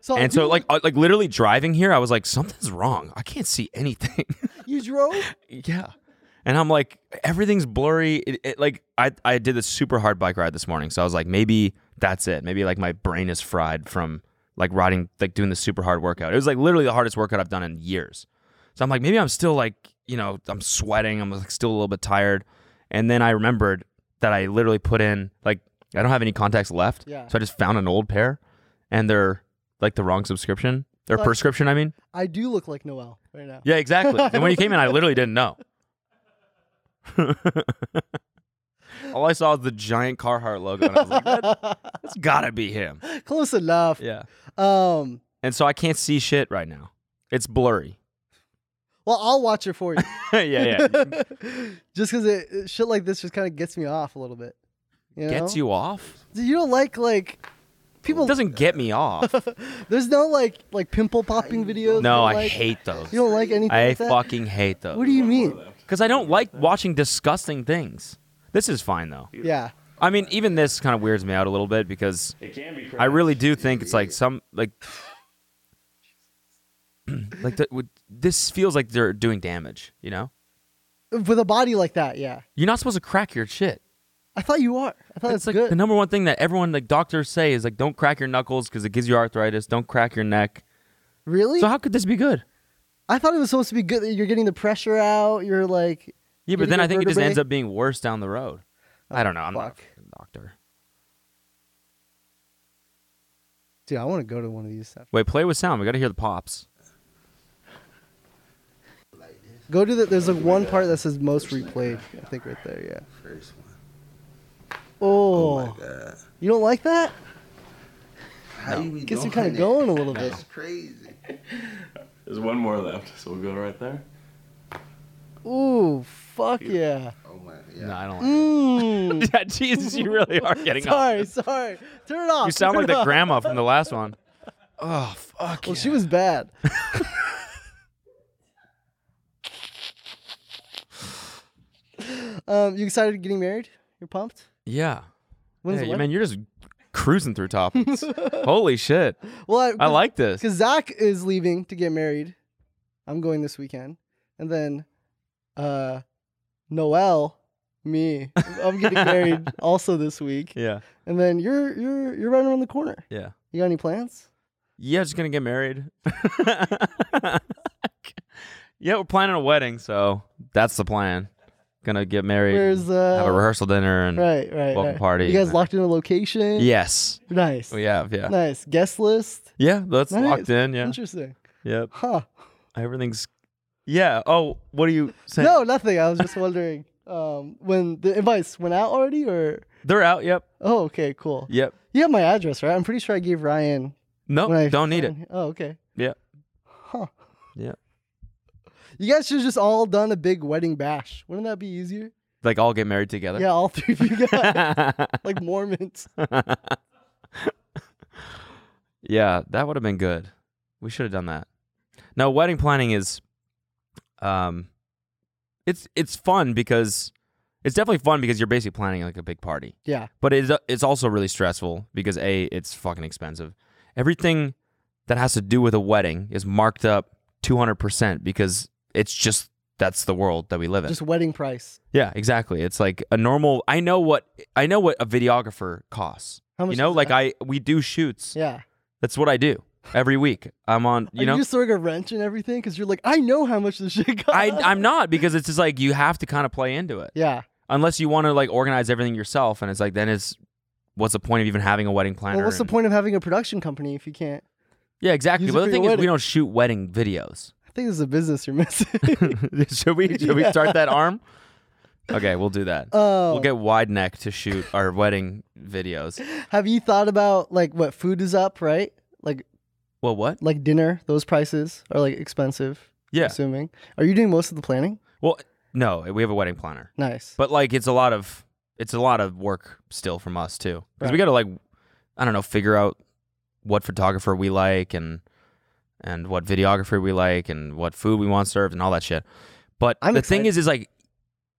[SPEAKER 2] So
[SPEAKER 1] And
[SPEAKER 2] you-
[SPEAKER 1] so, like, uh, like literally driving here, I was like, something's wrong. I can't see anything.
[SPEAKER 2] you drove.
[SPEAKER 1] yeah. And I'm like, everything's blurry. It, it, like, I, I did this super hard bike ride this morning. So I was like, maybe that's it. Maybe like my brain is fried from like riding, like doing the super hard workout. It was like literally the hardest workout I've done in years. So I'm like, maybe I'm still like, you know, I'm sweating. I'm like still a little bit tired. And then I remembered that I literally put in, like, I don't have any contacts left.
[SPEAKER 2] Yeah.
[SPEAKER 1] So I just found an old pair and they're like the wrong subscription or
[SPEAKER 2] Like-
[SPEAKER 1] prescription, I mean.
[SPEAKER 2] I do look like Noel right now.
[SPEAKER 1] Yeah, exactly. And when you came in, I literally didn't know. All I saw was the giant Carhartt logo, and I was like, that, has gotta be him.
[SPEAKER 2] Close enough.
[SPEAKER 1] Yeah.
[SPEAKER 2] Um.
[SPEAKER 1] And so I can't see shit right now. It's blurry.
[SPEAKER 2] Well, I'll watch it for you.
[SPEAKER 1] yeah, yeah.
[SPEAKER 2] just because it, it- shit like this just kind of gets me off a little bit. You know?
[SPEAKER 1] Gets you off.
[SPEAKER 2] You don't like like people.
[SPEAKER 1] It doesn't get me off.
[SPEAKER 2] There's no like like pimple popping
[SPEAKER 1] No,
[SPEAKER 2] videos. you don't
[SPEAKER 1] I
[SPEAKER 2] like-
[SPEAKER 1] hate those.
[SPEAKER 2] You don't like anything.
[SPEAKER 1] I
[SPEAKER 2] like that?
[SPEAKER 1] fucking hate those.
[SPEAKER 2] What do you mean?
[SPEAKER 1] Because I don't like watching disgusting things. This is fine though.
[SPEAKER 2] Yeah.
[SPEAKER 1] I mean, even this kind of weirds me out a little bit because I really do think it's like some like like the, would- this feels like they're doing damage. You know,
[SPEAKER 2] With a body like that, yeah.
[SPEAKER 1] you're not supposed to crack your shit.
[SPEAKER 2] I thought you are. I thought
[SPEAKER 1] That's
[SPEAKER 2] that's
[SPEAKER 1] like
[SPEAKER 2] good.
[SPEAKER 1] the number one thing that everyone like doctors say is like don't crack your knuckles because it gives you arthritis. Don't crack your neck.
[SPEAKER 2] really?
[SPEAKER 1] So how could this be good?
[SPEAKER 2] I thought it was supposed to be good that you're getting the pressure out. You're like,
[SPEAKER 1] Yeah, but
[SPEAKER 2] Getting
[SPEAKER 1] then
[SPEAKER 2] your
[SPEAKER 1] I think it just
[SPEAKER 2] vertebrae?
[SPEAKER 1] ends up being worse down the road. I don't know. I'm not a
[SPEAKER 2] fuck.
[SPEAKER 1] fucking doctor.
[SPEAKER 2] dude, I want to go to one of these.
[SPEAKER 1] Wait, play with sound. We got to hear the pops.
[SPEAKER 2] Go to the. There's like one part that says most replayed. I think right there. Yeah.
[SPEAKER 8] First one.
[SPEAKER 2] Oh,
[SPEAKER 8] God.
[SPEAKER 2] you don't like that?
[SPEAKER 8] How you be
[SPEAKER 2] Gets
[SPEAKER 8] doing
[SPEAKER 2] you kind of
[SPEAKER 8] that?
[SPEAKER 2] going a little bit.
[SPEAKER 8] That's crazy.
[SPEAKER 9] There's one more left, so we'll go right there.
[SPEAKER 2] Ooh, fuck yeah.
[SPEAKER 8] Oh my. Yeah.
[SPEAKER 1] No, I don't. Like
[SPEAKER 2] Mm.
[SPEAKER 1] it. yeah, Jesus, you really are getting off.
[SPEAKER 2] sorry, sorry. Turn it off.
[SPEAKER 1] You sound
[SPEAKER 2] turn
[SPEAKER 1] like
[SPEAKER 2] it
[SPEAKER 1] the
[SPEAKER 2] off.
[SPEAKER 1] grandma from the last one. Oh fuck.
[SPEAKER 2] Well, she was bad. um, you excited getting married? You're pumped?
[SPEAKER 1] Yeah.
[SPEAKER 2] When's
[SPEAKER 1] yeah,
[SPEAKER 2] the
[SPEAKER 1] you-
[SPEAKER 2] wedding?
[SPEAKER 1] man, you're just cruising through topics. Holy shit.
[SPEAKER 2] Well, I,
[SPEAKER 1] I like this.
[SPEAKER 2] because Zach is leaving to get married. I'm going this weekend, and then, uh, Noel, me, I'm getting married also this week,
[SPEAKER 1] Yeah.
[SPEAKER 2] and then you're you're you're right around the corner.
[SPEAKER 1] Yeah.
[SPEAKER 2] You got any plans?
[SPEAKER 1] Yeah, just gonna get married. yeah, we're planning a wedding, so that's the plan. Gonna get married,
[SPEAKER 2] Where's uh?
[SPEAKER 1] have a rehearsal dinner and
[SPEAKER 2] Right, right,
[SPEAKER 1] welcome
[SPEAKER 2] right.
[SPEAKER 1] party
[SPEAKER 2] You guys
[SPEAKER 1] and-
[SPEAKER 2] locked in a location.
[SPEAKER 1] Yes.
[SPEAKER 2] Nice.
[SPEAKER 1] We have, yeah.
[SPEAKER 2] Nice guest list.
[SPEAKER 1] Yeah, that's
[SPEAKER 2] Nice.
[SPEAKER 1] locked in, yeah.
[SPEAKER 2] Interesting.
[SPEAKER 1] Yep.
[SPEAKER 2] Huh?
[SPEAKER 1] Everything's yeah. Oh, what are you saying?
[SPEAKER 2] No, nothing. I was just wondering. Um, when the invites went out already, or
[SPEAKER 1] They're out, yep.
[SPEAKER 2] oh, okay, cool.
[SPEAKER 1] Yep.
[SPEAKER 2] You have my address, right? I'm pretty sure I gave Ryan.
[SPEAKER 1] No,
[SPEAKER 2] when I
[SPEAKER 1] don't need it.
[SPEAKER 2] signed- Oh, okay.
[SPEAKER 1] Yep.
[SPEAKER 2] Huh.
[SPEAKER 1] Yep.
[SPEAKER 2] You guys should have just all done a big wedding bash. Wouldn't that be easier?
[SPEAKER 1] Like all get married together.
[SPEAKER 2] Yeah, all three of you guys, like Mormons.
[SPEAKER 1] Yeah, that would have been good. We should have done that. No, wedding planning is um it's it's fun because it's definitely fun because you're basically planning like a big party.
[SPEAKER 2] Yeah.
[SPEAKER 1] But it's it's also really stressful because a it's fucking expensive. Everything that has to do with a wedding is marked up 200% because it's just that's the world that we live in.
[SPEAKER 2] Just wedding price.
[SPEAKER 1] Yeah, exactly. It's like a normal. I know what I know what a videographer costs.
[SPEAKER 2] How much
[SPEAKER 1] you know,
[SPEAKER 2] is
[SPEAKER 1] like
[SPEAKER 2] that?
[SPEAKER 1] I we do shoots.
[SPEAKER 2] Yeah.
[SPEAKER 1] That's what I do every week. I'm on. You
[SPEAKER 2] Are
[SPEAKER 1] know,
[SPEAKER 2] you throwing a wrench and everything? Because you're like, I know how much this shit costs.
[SPEAKER 1] I I'm not because it's just like you have to kind of play into it
[SPEAKER 2] Yeah.
[SPEAKER 1] unless you want to like organize everything yourself. And it's like then it's what's the point of even having a wedding planner?
[SPEAKER 2] Well, what's the
[SPEAKER 1] and-
[SPEAKER 2] point of having a production company if you can't?
[SPEAKER 1] Yeah, exactly.
[SPEAKER 2] Use it
[SPEAKER 1] But
[SPEAKER 2] for
[SPEAKER 1] the
[SPEAKER 2] your
[SPEAKER 1] thing is, we
[SPEAKER 2] wedding.
[SPEAKER 1] don't shoot wedding videos.
[SPEAKER 2] I think this is a business you're missing.
[SPEAKER 1] should we should we
[SPEAKER 2] Yeah.
[SPEAKER 1] start that arm? Okay, we'll do that.
[SPEAKER 2] Oh.
[SPEAKER 1] We'll get wide neck to shoot our wedding videos.
[SPEAKER 2] Have you thought about like what food is up, right? Like
[SPEAKER 1] Well, what?
[SPEAKER 2] like dinner, those prices are like expensive.
[SPEAKER 1] Yeah.
[SPEAKER 2] Assuming. Are you doing most of the planning?
[SPEAKER 1] Well, No, we have a wedding planner.
[SPEAKER 2] Nice.
[SPEAKER 1] But like it's a lot of it's a lot of work still from us too. Cuz we
[SPEAKER 2] Right.
[SPEAKER 1] got to like I don't know, figure out what photographer we like and and what videographer we like and what food we want served and all that shit. But
[SPEAKER 2] I'm
[SPEAKER 1] the thing is is like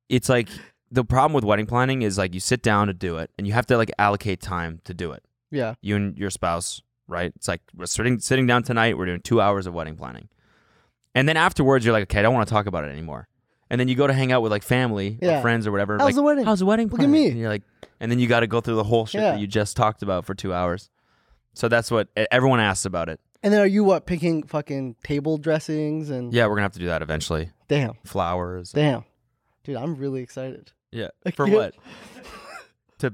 [SPEAKER 1] it's like the problem with wedding planning is like you sit down to do it and you have to like allocate time to do it.
[SPEAKER 2] yeah.
[SPEAKER 1] You and your spouse, right? It's like we're sitting sitting down tonight, we're doing 2 hours of wedding planning. And then afterwards you're like, "Okay, I don't want to talk about it anymore." And then you go to hang out with like family
[SPEAKER 2] Yeah.
[SPEAKER 1] or friends or whatever.
[SPEAKER 2] How's
[SPEAKER 1] like,
[SPEAKER 2] the wedding?
[SPEAKER 1] How's the wedding?
[SPEAKER 2] Look at
[SPEAKER 1] planning?"
[SPEAKER 2] me.
[SPEAKER 1] And you're like, and then you got to go through the whole shit
[SPEAKER 2] Yeah.
[SPEAKER 1] that you just talked about for two hours. So that's what e- everyone asks about it.
[SPEAKER 2] And then are you what picking fucking table dressings and
[SPEAKER 1] Yeah, we're gonna have to do that eventually.
[SPEAKER 2] damn,
[SPEAKER 1] Flowers.
[SPEAKER 2] damn, dude, I'm really excited
[SPEAKER 1] Yeah.
[SPEAKER 2] I
[SPEAKER 1] For
[SPEAKER 2] can't-
[SPEAKER 1] what? to.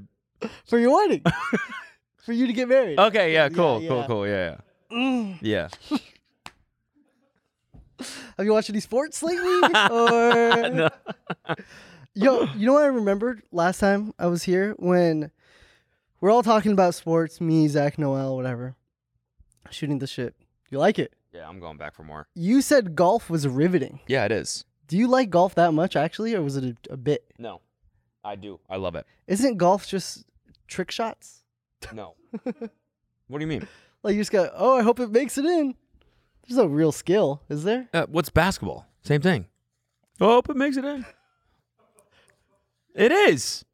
[SPEAKER 2] for your wedding, for you to get married.
[SPEAKER 1] Okay. Yeah. Cool.
[SPEAKER 2] Yeah,
[SPEAKER 1] Cool. Cool. Yeah.
[SPEAKER 2] yeah. Mm.
[SPEAKER 1] Yeah. yeah.
[SPEAKER 2] Have you watched any sports lately? or
[SPEAKER 1] No.
[SPEAKER 2] Yo, you know what I remembered last time I was here when we're all talking about sports, me, Zach, Noel, whatever, shooting the shit. You like it?
[SPEAKER 1] Yeah. I'm going back for more.
[SPEAKER 2] You said golf was riveting.
[SPEAKER 1] Yeah. It is.
[SPEAKER 2] Do you like golf that much actually, or was it a, a bit?
[SPEAKER 1] No. I do. I love it.
[SPEAKER 2] Isn't golf just trick shots?
[SPEAKER 1] No. what do you mean?
[SPEAKER 2] Like you just go, oh, I hope it makes it in. There's no real skill, is there?
[SPEAKER 1] Uh, what's basketball? Same thing. Oh, hope it makes it in. It is.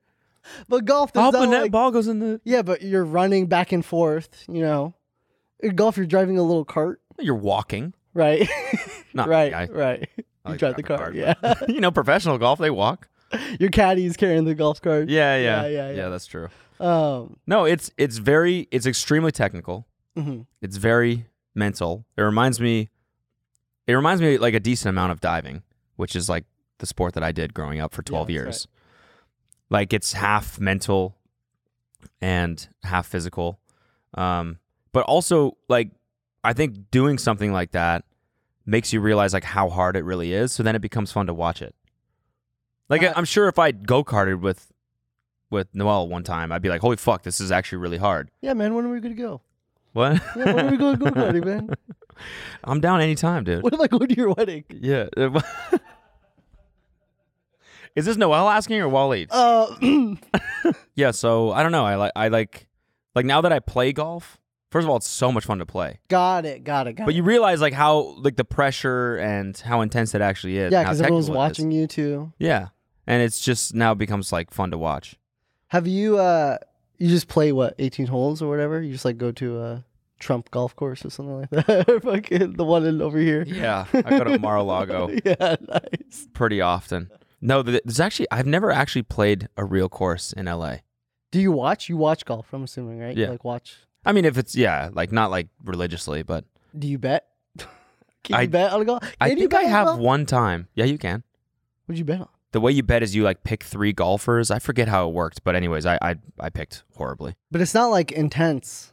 [SPEAKER 2] But golf,
[SPEAKER 1] I
[SPEAKER 2] there's
[SPEAKER 1] hope
[SPEAKER 2] not
[SPEAKER 1] the net
[SPEAKER 2] like,
[SPEAKER 1] ball goes in the.
[SPEAKER 2] yeah, but you're running back and forth. You know, in golf, you're driving a little cart,
[SPEAKER 1] You're walking.
[SPEAKER 2] right?
[SPEAKER 1] Not Oh,
[SPEAKER 2] right,
[SPEAKER 1] Ah, I-
[SPEAKER 2] right.
[SPEAKER 1] I
[SPEAKER 2] you
[SPEAKER 1] like
[SPEAKER 2] drive the cart,
[SPEAKER 1] driving
[SPEAKER 2] yeah.
[SPEAKER 1] but- you know, professional golf, they walk.
[SPEAKER 2] Your caddy's carrying the golf cart.
[SPEAKER 1] Yeah, yeah,
[SPEAKER 2] Yeah, yeah, yeah.
[SPEAKER 1] that's true.
[SPEAKER 2] Um.
[SPEAKER 1] No, it's it's very it's extremely technical.
[SPEAKER 2] mhm.
[SPEAKER 1] It's very mental. It reminds me, it reminds me like a decent amount of diving, which is like the sport that I did growing up for twelve
[SPEAKER 2] that's
[SPEAKER 1] years. Like it's half mental and half physical, um, but also like I think doing something like that makes you realize like how hard it really is. So then it becomes fun to watch it. Like
[SPEAKER 2] Uh,
[SPEAKER 1] I'm sure if I go karted with with Noel one time, I'd be like, "Holy fuck, this is actually really hard."
[SPEAKER 2] Yeah, man. When are we gonna go?
[SPEAKER 1] What?
[SPEAKER 2] Yeah, when are we gonna go karting, man?
[SPEAKER 1] I'm down anytime, dude.
[SPEAKER 2] What if I go to your wedding?
[SPEAKER 1] Yeah. Is this Noel asking or Wally?
[SPEAKER 2] Uh,
[SPEAKER 1] yeah. So I don't know. I like. I like. Like now that I play golf, first of all, it's so much fun to play.
[SPEAKER 2] got it, got it, got
[SPEAKER 1] But
[SPEAKER 2] it.
[SPEAKER 1] you realize like how like the pressure and how intense it actually is.
[SPEAKER 2] yeah,
[SPEAKER 1] and how
[SPEAKER 2] because everyone's
[SPEAKER 1] technical it is.
[SPEAKER 2] watching you too.
[SPEAKER 1] Yeah, and it's just now becomes like fun to watch.
[SPEAKER 2] Have you? Uh, you just play what eighteen holes or whatever? You just like go to a Trump golf course or something like that. Fucking the one in, over here.
[SPEAKER 1] Yeah, I go to Mar-a-Lago
[SPEAKER 2] yeah, nice.
[SPEAKER 1] pretty often. No, th- there's actually I've never actually played a real course in LA.
[SPEAKER 2] Do you watch? You watch golf? I'm assuming, right? You,
[SPEAKER 1] Yeah.
[SPEAKER 2] like watch.
[SPEAKER 1] I mean, if it's yeah, like not like religiously, but
[SPEAKER 2] Do you bet? Can you
[SPEAKER 1] I-
[SPEAKER 2] bet on a golf?
[SPEAKER 1] I
[SPEAKER 2] Can you
[SPEAKER 1] think I
[SPEAKER 2] bet on
[SPEAKER 1] have
[SPEAKER 2] golf?
[SPEAKER 1] one time. Yeah, you can.
[SPEAKER 2] What'd you bet on?
[SPEAKER 1] the way you bet is you like pick three golfers. I forget how it worked, but anyways, I I, I picked horribly.
[SPEAKER 2] But it's not like intense.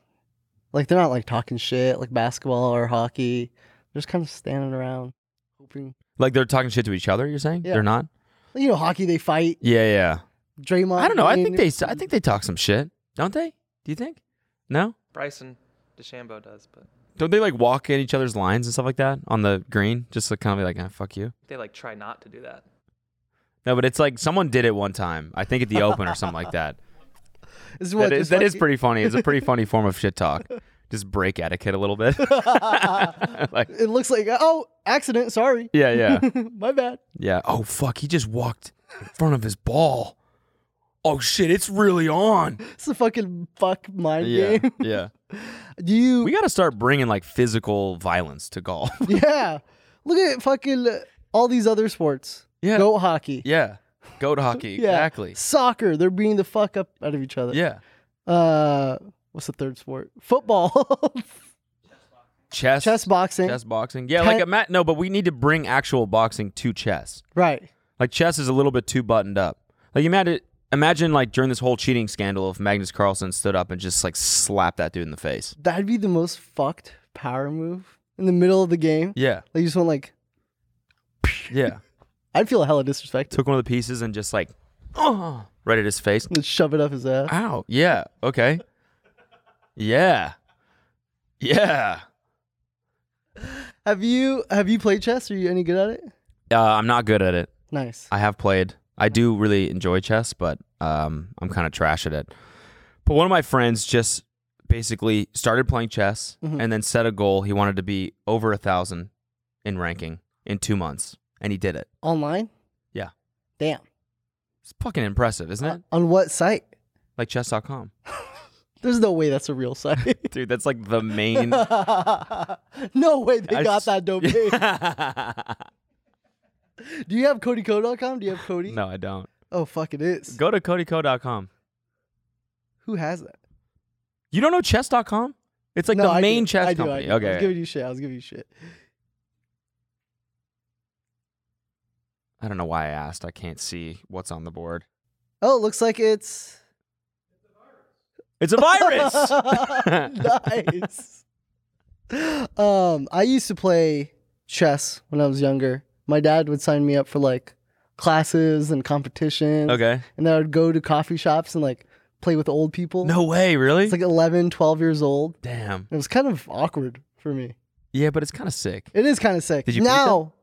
[SPEAKER 2] Like they're not like talking shit like basketball or hockey. They're just kind of standing around hoping.
[SPEAKER 1] Like they're talking shit to each other. You're saying
[SPEAKER 2] Yeah.
[SPEAKER 1] they're not?
[SPEAKER 2] Like, you know, hockey they fight.
[SPEAKER 1] Yeah, yeah.
[SPEAKER 2] Draymond.
[SPEAKER 1] I don't know. I
[SPEAKER 2] Green-
[SPEAKER 1] think they I think they talk some shit, don't they? Do you think? No.
[SPEAKER 10] Bryson DeChambeau does, but
[SPEAKER 1] Don't they like walk in each other's lines and stuff like that on the green, just to kind of be like, ah, fuck you.
[SPEAKER 10] they like try not to do that.
[SPEAKER 1] No, but it's like someone did it one time. I think at the Open or something like that.
[SPEAKER 2] This is what
[SPEAKER 1] That is
[SPEAKER 2] this
[SPEAKER 1] that is
[SPEAKER 2] fucking-
[SPEAKER 1] pretty funny. It's a pretty funny form of shit talk. Just break etiquette a little bit. like
[SPEAKER 2] It looks like oh, accident. Sorry.
[SPEAKER 1] yeah, yeah.
[SPEAKER 2] My bad.
[SPEAKER 1] Yeah. Oh fuck, he just walked in front of his ball. Oh shit, it's really on.
[SPEAKER 2] It's a fucking fuck mind
[SPEAKER 1] Yeah.
[SPEAKER 2] game.
[SPEAKER 1] Yeah.
[SPEAKER 2] Do you?
[SPEAKER 1] We got to start bringing like physical violence to golf.
[SPEAKER 2] yeah. Look at fucking uh, all these other sports.
[SPEAKER 1] Yeah.
[SPEAKER 2] Goat hockey.
[SPEAKER 1] yeah. Goat hockey,
[SPEAKER 2] Yeah.
[SPEAKER 1] exactly.
[SPEAKER 2] Soccer. They're beating the fuck up out of each other.
[SPEAKER 1] Yeah.
[SPEAKER 2] Uh, what's the third sport? Football.
[SPEAKER 1] Chess.
[SPEAKER 2] Chess boxing.
[SPEAKER 1] Chess boxing. Yeah, like
[SPEAKER 2] Pe-
[SPEAKER 1] a mat. No, but we need to bring actual boxing to chess.
[SPEAKER 2] Right.
[SPEAKER 1] Like chess is a little bit too buttoned up. Like imagine imagine like during this whole cheating scandal if Magnus Carlsen stood up and just like slapped that dude in the face.
[SPEAKER 2] That'd be the most fucked power move in the middle of the game.
[SPEAKER 1] Yeah.
[SPEAKER 2] Like you just want like
[SPEAKER 1] Yeah.
[SPEAKER 2] I'd feel hella disrespected.
[SPEAKER 1] Took one of the pieces and just like oh, right at his face.
[SPEAKER 2] And shove it up his ass.
[SPEAKER 1] Ow. Yeah. Okay. Yeah. Yeah.
[SPEAKER 2] Have you have you played chess? Are you any good at it?
[SPEAKER 1] Uh, I'm not good at it.
[SPEAKER 2] Nice.
[SPEAKER 1] I have played. I do really enjoy chess, but um, I'm kind of trash at it. But one of my friends just basically started playing chess
[SPEAKER 2] Mhm.
[SPEAKER 1] and then set a goal. He wanted to be over a thousand in ranking in two months, and he did it.
[SPEAKER 2] Online?
[SPEAKER 1] Yeah.
[SPEAKER 2] Damn.
[SPEAKER 1] It's fucking impressive, isn't it?
[SPEAKER 2] On what site?
[SPEAKER 1] Like chess.com.
[SPEAKER 2] There's no way that's a real site.
[SPEAKER 1] Dude, that's like the main.
[SPEAKER 2] no way they
[SPEAKER 1] I
[SPEAKER 2] got
[SPEAKER 1] s-
[SPEAKER 2] that domain. Do you have CodyCo.com? Do you have Cody?
[SPEAKER 1] no, I don't.
[SPEAKER 2] Oh fuck, it is.
[SPEAKER 1] Go to codyco.com.
[SPEAKER 2] Who has that?
[SPEAKER 1] You don't know chess.com? It's like
[SPEAKER 2] No,
[SPEAKER 1] the
[SPEAKER 2] I do.
[SPEAKER 1] main chess
[SPEAKER 2] I do, I
[SPEAKER 1] company.
[SPEAKER 2] do. I was
[SPEAKER 1] Okay.
[SPEAKER 2] giving you shit. I was giving you shit.
[SPEAKER 1] I don't know why I asked. I can't see what's on the board.
[SPEAKER 2] Oh, it looks like it's
[SPEAKER 1] It's a virus.
[SPEAKER 2] nice. Um, I used to play chess when I was younger. My dad would sign me up for like classes and competitions.
[SPEAKER 1] okay.
[SPEAKER 2] And then I would go to coffee shops and like play with old people.
[SPEAKER 1] No way, really?
[SPEAKER 2] It's like 11, 12 years old.
[SPEAKER 1] Damn.
[SPEAKER 2] It was kind of awkward for me.
[SPEAKER 1] Yeah, but it's kind of sick.
[SPEAKER 2] It is kind of sick.
[SPEAKER 1] Did you beat them?
[SPEAKER 2] now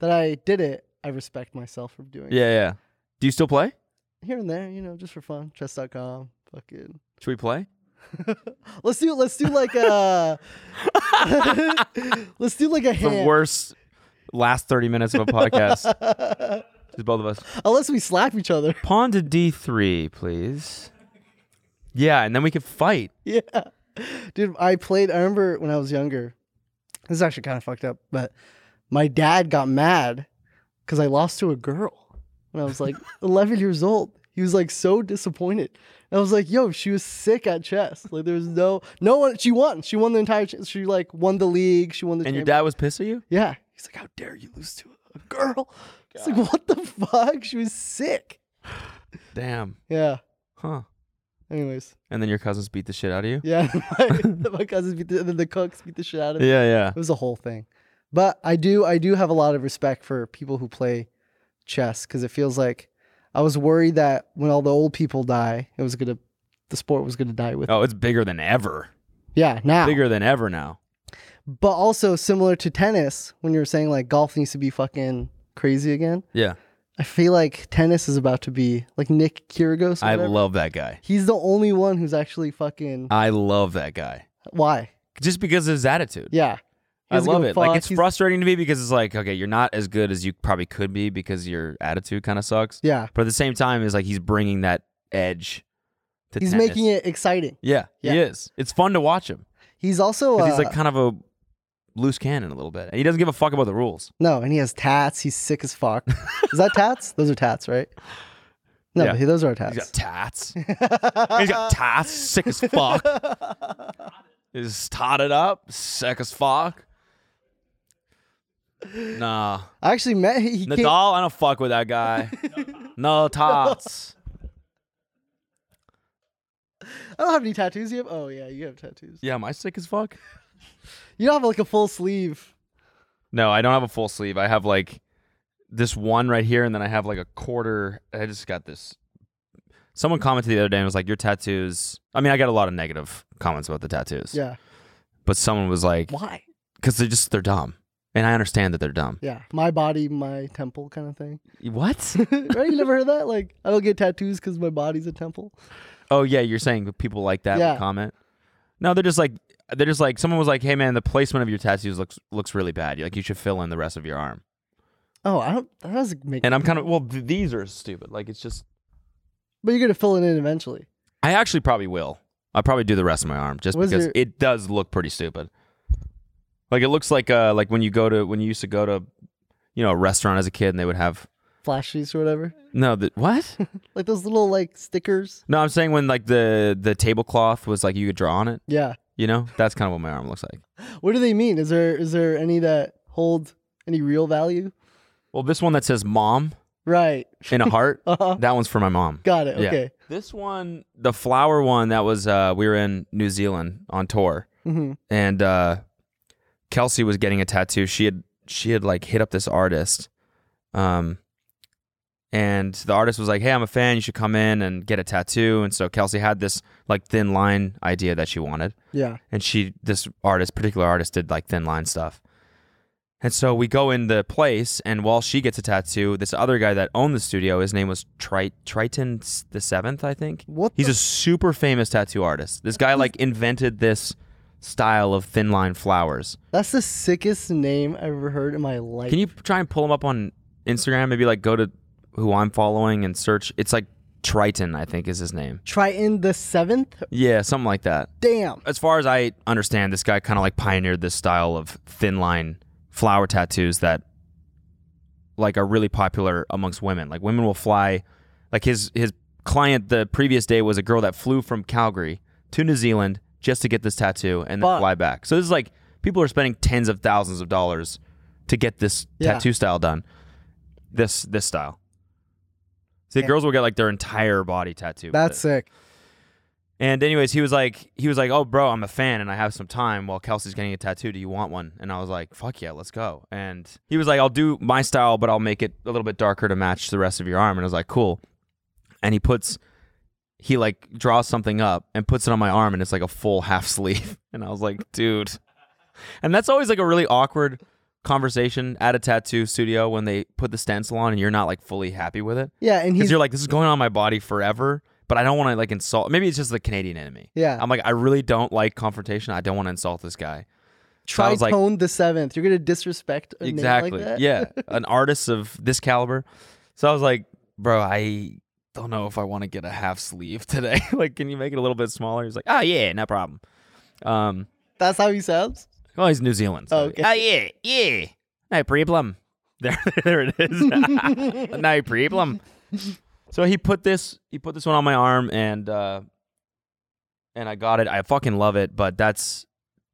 [SPEAKER 2] that I did it, I respect myself for doing
[SPEAKER 1] Yeah, yeah. Do you still play?
[SPEAKER 2] it. Here and there, you know, just for fun. Chess.com. Fucking.
[SPEAKER 1] Should we play?
[SPEAKER 2] Let's do let's do like a let's do like a
[SPEAKER 1] The
[SPEAKER 2] hand.
[SPEAKER 1] worst last 30 minutes of a podcast. Just both of us.
[SPEAKER 2] Unless we slap each other.
[SPEAKER 1] Pawn to D3, please. Yeah, and then we could fight.
[SPEAKER 2] yeah. Dude, I played I remember when I was younger. This is actually kind of fucked up, but my dad got mad because I lost to a girl when I was like 11 years old. He was like so disappointed. And I was like, yo, she was sick at chess. Like there was no no one she won. She won the entire ch- she like won the league, she won the
[SPEAKER 1] And your
[SPEAKER 2] champion-
[SPEAKER 1] dad was pissed at you?
[SPEAKER 2] Yeah. He's like, How dare you lose to a girl? It's like, what the fuck? She was sick.
[SPEAKER 1] Damn.
[SPEAKER 2] Yeah.
[SPEAKER 1] Huh.
[SPEAKER 2] Anyways.
[SPEAKER 1] And then your cousins beat the shit out of you?
[SPEAKER 2] Yeah. my, my cousins beat the, and then the cooks beat the shit out of me.
[SPEAKER 1] Yeah, yeah.
[SPEAKER 2] It was a whole thing. But I do I do have a lot of respect for people who play chess because it feels like I was worried that when all the old people die, it was gonna the sport was gonna die with
[SPEAKER 1] Oh, it's bigger than ever.
[SPEAKER 2] yeah, now.
[SPEAKER 1] Bigger than ever now.
[SPEAKER 2] But also similar to tennis, when you were saying like golf needs to be fucking crazy again.
[SPEAKER 1] Yeah.
[SPEAKER 2] I feel like tennis is about to be like Nick Kyrgios. or
[SPEAKER 1] I
[SPEAKER 2] whatever.
[SPEAKER 1] love Uh, that guy.
[SPEAKER 2] He's the only one who's actually fucking.
[SPEAKER 1] I love that guy.
[SPEAKER 2] why?
[SPEAKER 1] Just because of his attitude.
[SPEAKER 2] Yeah.
[SPEAKER 1] I
[SPEAKER 2] He doesn't
[SPEAKER 1] love
[SPEAKER 2] give a
[SPEAKER 1] it. Like
[SPEAKER 2] fuck.
[SPEAKER 1] it's
[SPEAKER 2] He's-
[SPEAKER 1] frustrating to me because it's like, okay, you're not as good as you probably could be because your attitude kind of sucks.
[SPEAKER 2] Yeah.
[SPEAKER 1] But at the same time, it's like he's bringing that edge to
[SPEAKER 2] He's
[SPEAKER 1] tennis.
[SPEAKER 2] making it exciting.
[SPEAKER 1] Yeah, he
[SPEAKER 2] Yeah.
[SPEAKER 1] is. It's fun to watch him
[SPEAKER 2] He's also.
[SPEAKER 1] 'cause
[SPEAKER 2] Uh,
[SPEAKER 1] he's like kind of a loose cannon a little bit, and he doesn't give a fuck about the rules.
[SPEAKER 2] no, and he has tats. He's sick as fuck. is that tats? Those are tats, right? No,
[SPEAKER 1] Yeah.
[SPEAKER 2] but he- those are
[SPEAKER 1] He's got
[SPEAKER 2] tats.
[SPEAKER 1] tats. he's got tats. Sick as fuck. He's totted up. Sick as fuck. Nah.
[SPEAKER 2] I actually met. He, he came-
[SPEAKER 1] Nadal, I don't fuck with that guy. no tots.
[SPEAKER 2] I don't have any tattoos. You have? Oh yeah, you have tattoos.
[SPEAKER 1] Yeah, am I sick as fuck?
[SPEAKER 2] You don't have like a full sleeve.
[SPEAKER 1] No, I don't have a full sleeve. I have like this one right here, and then I have like a quarter. I just got this. Someone commented the other day and was like, "Your tattoos." I mean, I got a lot of negative comments about the tattoos.
[SPEAKER 2] Yeah.
[SPEAKER 1] But someone was like,
[SPEAKER 2] Why?
[SPEAKER 1] "Because they're just they're dumb," and I understand that they're dumb.
[SPEAKER 2] Yeah. My body, my temple, kind of thing.
[SPEAKER 1] What?
[SPEAKER 2] right? You never heard that? Like, I don't get tattoos because my body's a temple.
[SPEAKER 1] oh yeah, you're saying that people like that would
[SPEAKER 2] Yeah.
[SPEAKER 1] comment. No, they're just like they're just like someone was like, "Hey man, the placement of your tattoos looks looks really bad. Like you should fill in the rest of your arm."
[SPEAKER 2] Oh, I don't. That doesn't make.
[SPEAKER 1] And I'm kind of well, th- these are stupid. Like it's just
[SPEAKER 2] But you're gonna fill it in eventually.
[SPEAKER 1] I actually probably will. I'll probably do the rest of my arm just
[SPEAKER 2] What is
[SPEAKER 1] because
[SPEAKER 2] your-
[SPEAKER 1] it does look pretty stupid. Like it looks like uh like when you go to when you used to go to you know a restaurant as a kid and they would have
[SPEAKER 2] Flashies or whatever.
[SPEAKER 1] no the, what
[SPEAKER 2] Like those little like stickers.
[SPEAKER 1] no I'm saying when like the the tablecloth was like you could draw on it
[SPEAKER 2] Yeah.
[SPEAKER 1] you know that's kind of what my arm looks like.
[SPEAKER 2] What do they mean? Is there is there any that hold any real value?
[SPEAKER 1] Well, this one that says mom
[SPEAKER 2] Right.
[SPEAKER 1] in a heart
[SPEAKER 2] Uh-huh.
[SPEAKER 1] that one's for my mom.
[SPEAKER 2] Got it.
[SPEAKER 1] Yeah.
[SPEAKER 2] Okay.
[SPEAKER 1] This one the flower one that was uh we were in New Zealand on tour
[SPEAKER 2] hmm
[SPEAKER 1] and uh, Kelsey was getting a tattoo. She had she had like hit up this artist, um, and the artist was like, "Hey, I'm a fan. You should come in and get a tattoo." And so Kelsey had this like thin line idea that she wanted,
[SPEAKER 2] Yeah.
[SPEAKER 1] and she this artist, particular artist, did like thin line stuff. And so we go in the place, and while she gets a tattoo, this other guy that owned the studio, his name was Tri- Triton S- the Seventh, I think.
[SPEAKER 2] What
[SPEAKER 1] He's
[SPEAKER 2] the-
[SPEAKER 1] a super famous tattoo artist. This guy like invented this style of thin line flowers.
[SPEAKER 2] That's the sickest name I've ever heard in my life.
[SPEAKER 1] Can you try and pull him up on Instagram? Maybe like go to who I'm following and search. It's like Triton, I think, is his name.
[SPEAKER 2] Triton the seventh?
[SPEAKER 1] Yeah, something like that.
[SPEAKER 2] Damn.
[SPEAKER 1] As far as I understand, this guy kind of like pioneered this style of thin line flower tattoos that like are really popular amongst women. Like women will fly like his his client the previous day was a girl that flew from Calgary to New Zealand just to get this tattoo and then
[SPEAKER 2] Fuck.
[SPEAKER 1] fly back. So this is like people are spending tens of thousands of dollars to get this
[SPEAKER 2] Yeah.
[SPEAKER 1] tattoo style done. This this style. See, girls will get like their entire body tattooed. with
[SPEAKER 2] That's
[SPEAKER 1] it.
[SPEAKER 2] sick.
[SPEAKER 1] And anyways, he was like, he was like, oh, bro, I'm a fan and I have some time while Kelsey's getting a tattoo. Do you want one? And I was like, fuck yeah, let's go. And he was like, I'll do my style, but I'll make it a little bit darker to match the rest of your arm. And I was like, cool. And he puts, he like draws something up and puts it on my arm and it's like a full half sleeve. And I was like, dude. And that's always like a really awkward conversation at a tattoo studio when they put the stencil on and you're not like fully happy with it.
[SPEAKER 2] Yeah, and
[SPEAKER 1] Because
[SPEAKER 2] he's
[SPEAKER 1] you're like, this is going on my body forever, but I don't want to like insult. Maybe it's just the Canadian enemy.
[SPEAKER 2] Yeah.
[SPEAKER 1] I'm like, I really don't like confrontation. I don't want to insult this guy. So I was like-
[SPEAKER 2] Tritone the seventh. You're gonna disrespect a
[SPEAKER 1] exactly.
[SPEAKER 2] name like that?
[SPEAKER 1] yeah. An artist of this caliber. So I was like, bro, I don't know if I want to get a half sleeve today. like, can you make it a little bit smaller? He's like, oh, yeah, no problem. Um,
[SPEAKER 2] That's how he sounds.
[SPEAKER 1] well, he's New Zealand. So.
[SPEAKER 2] Oh, okay.
[SPEAKER 1] "Ah, yeah, yeah. No problem. There, there it is. no problem. So he put this, he put this one on my arm, and uh, and I got it. I fucking love it. But that's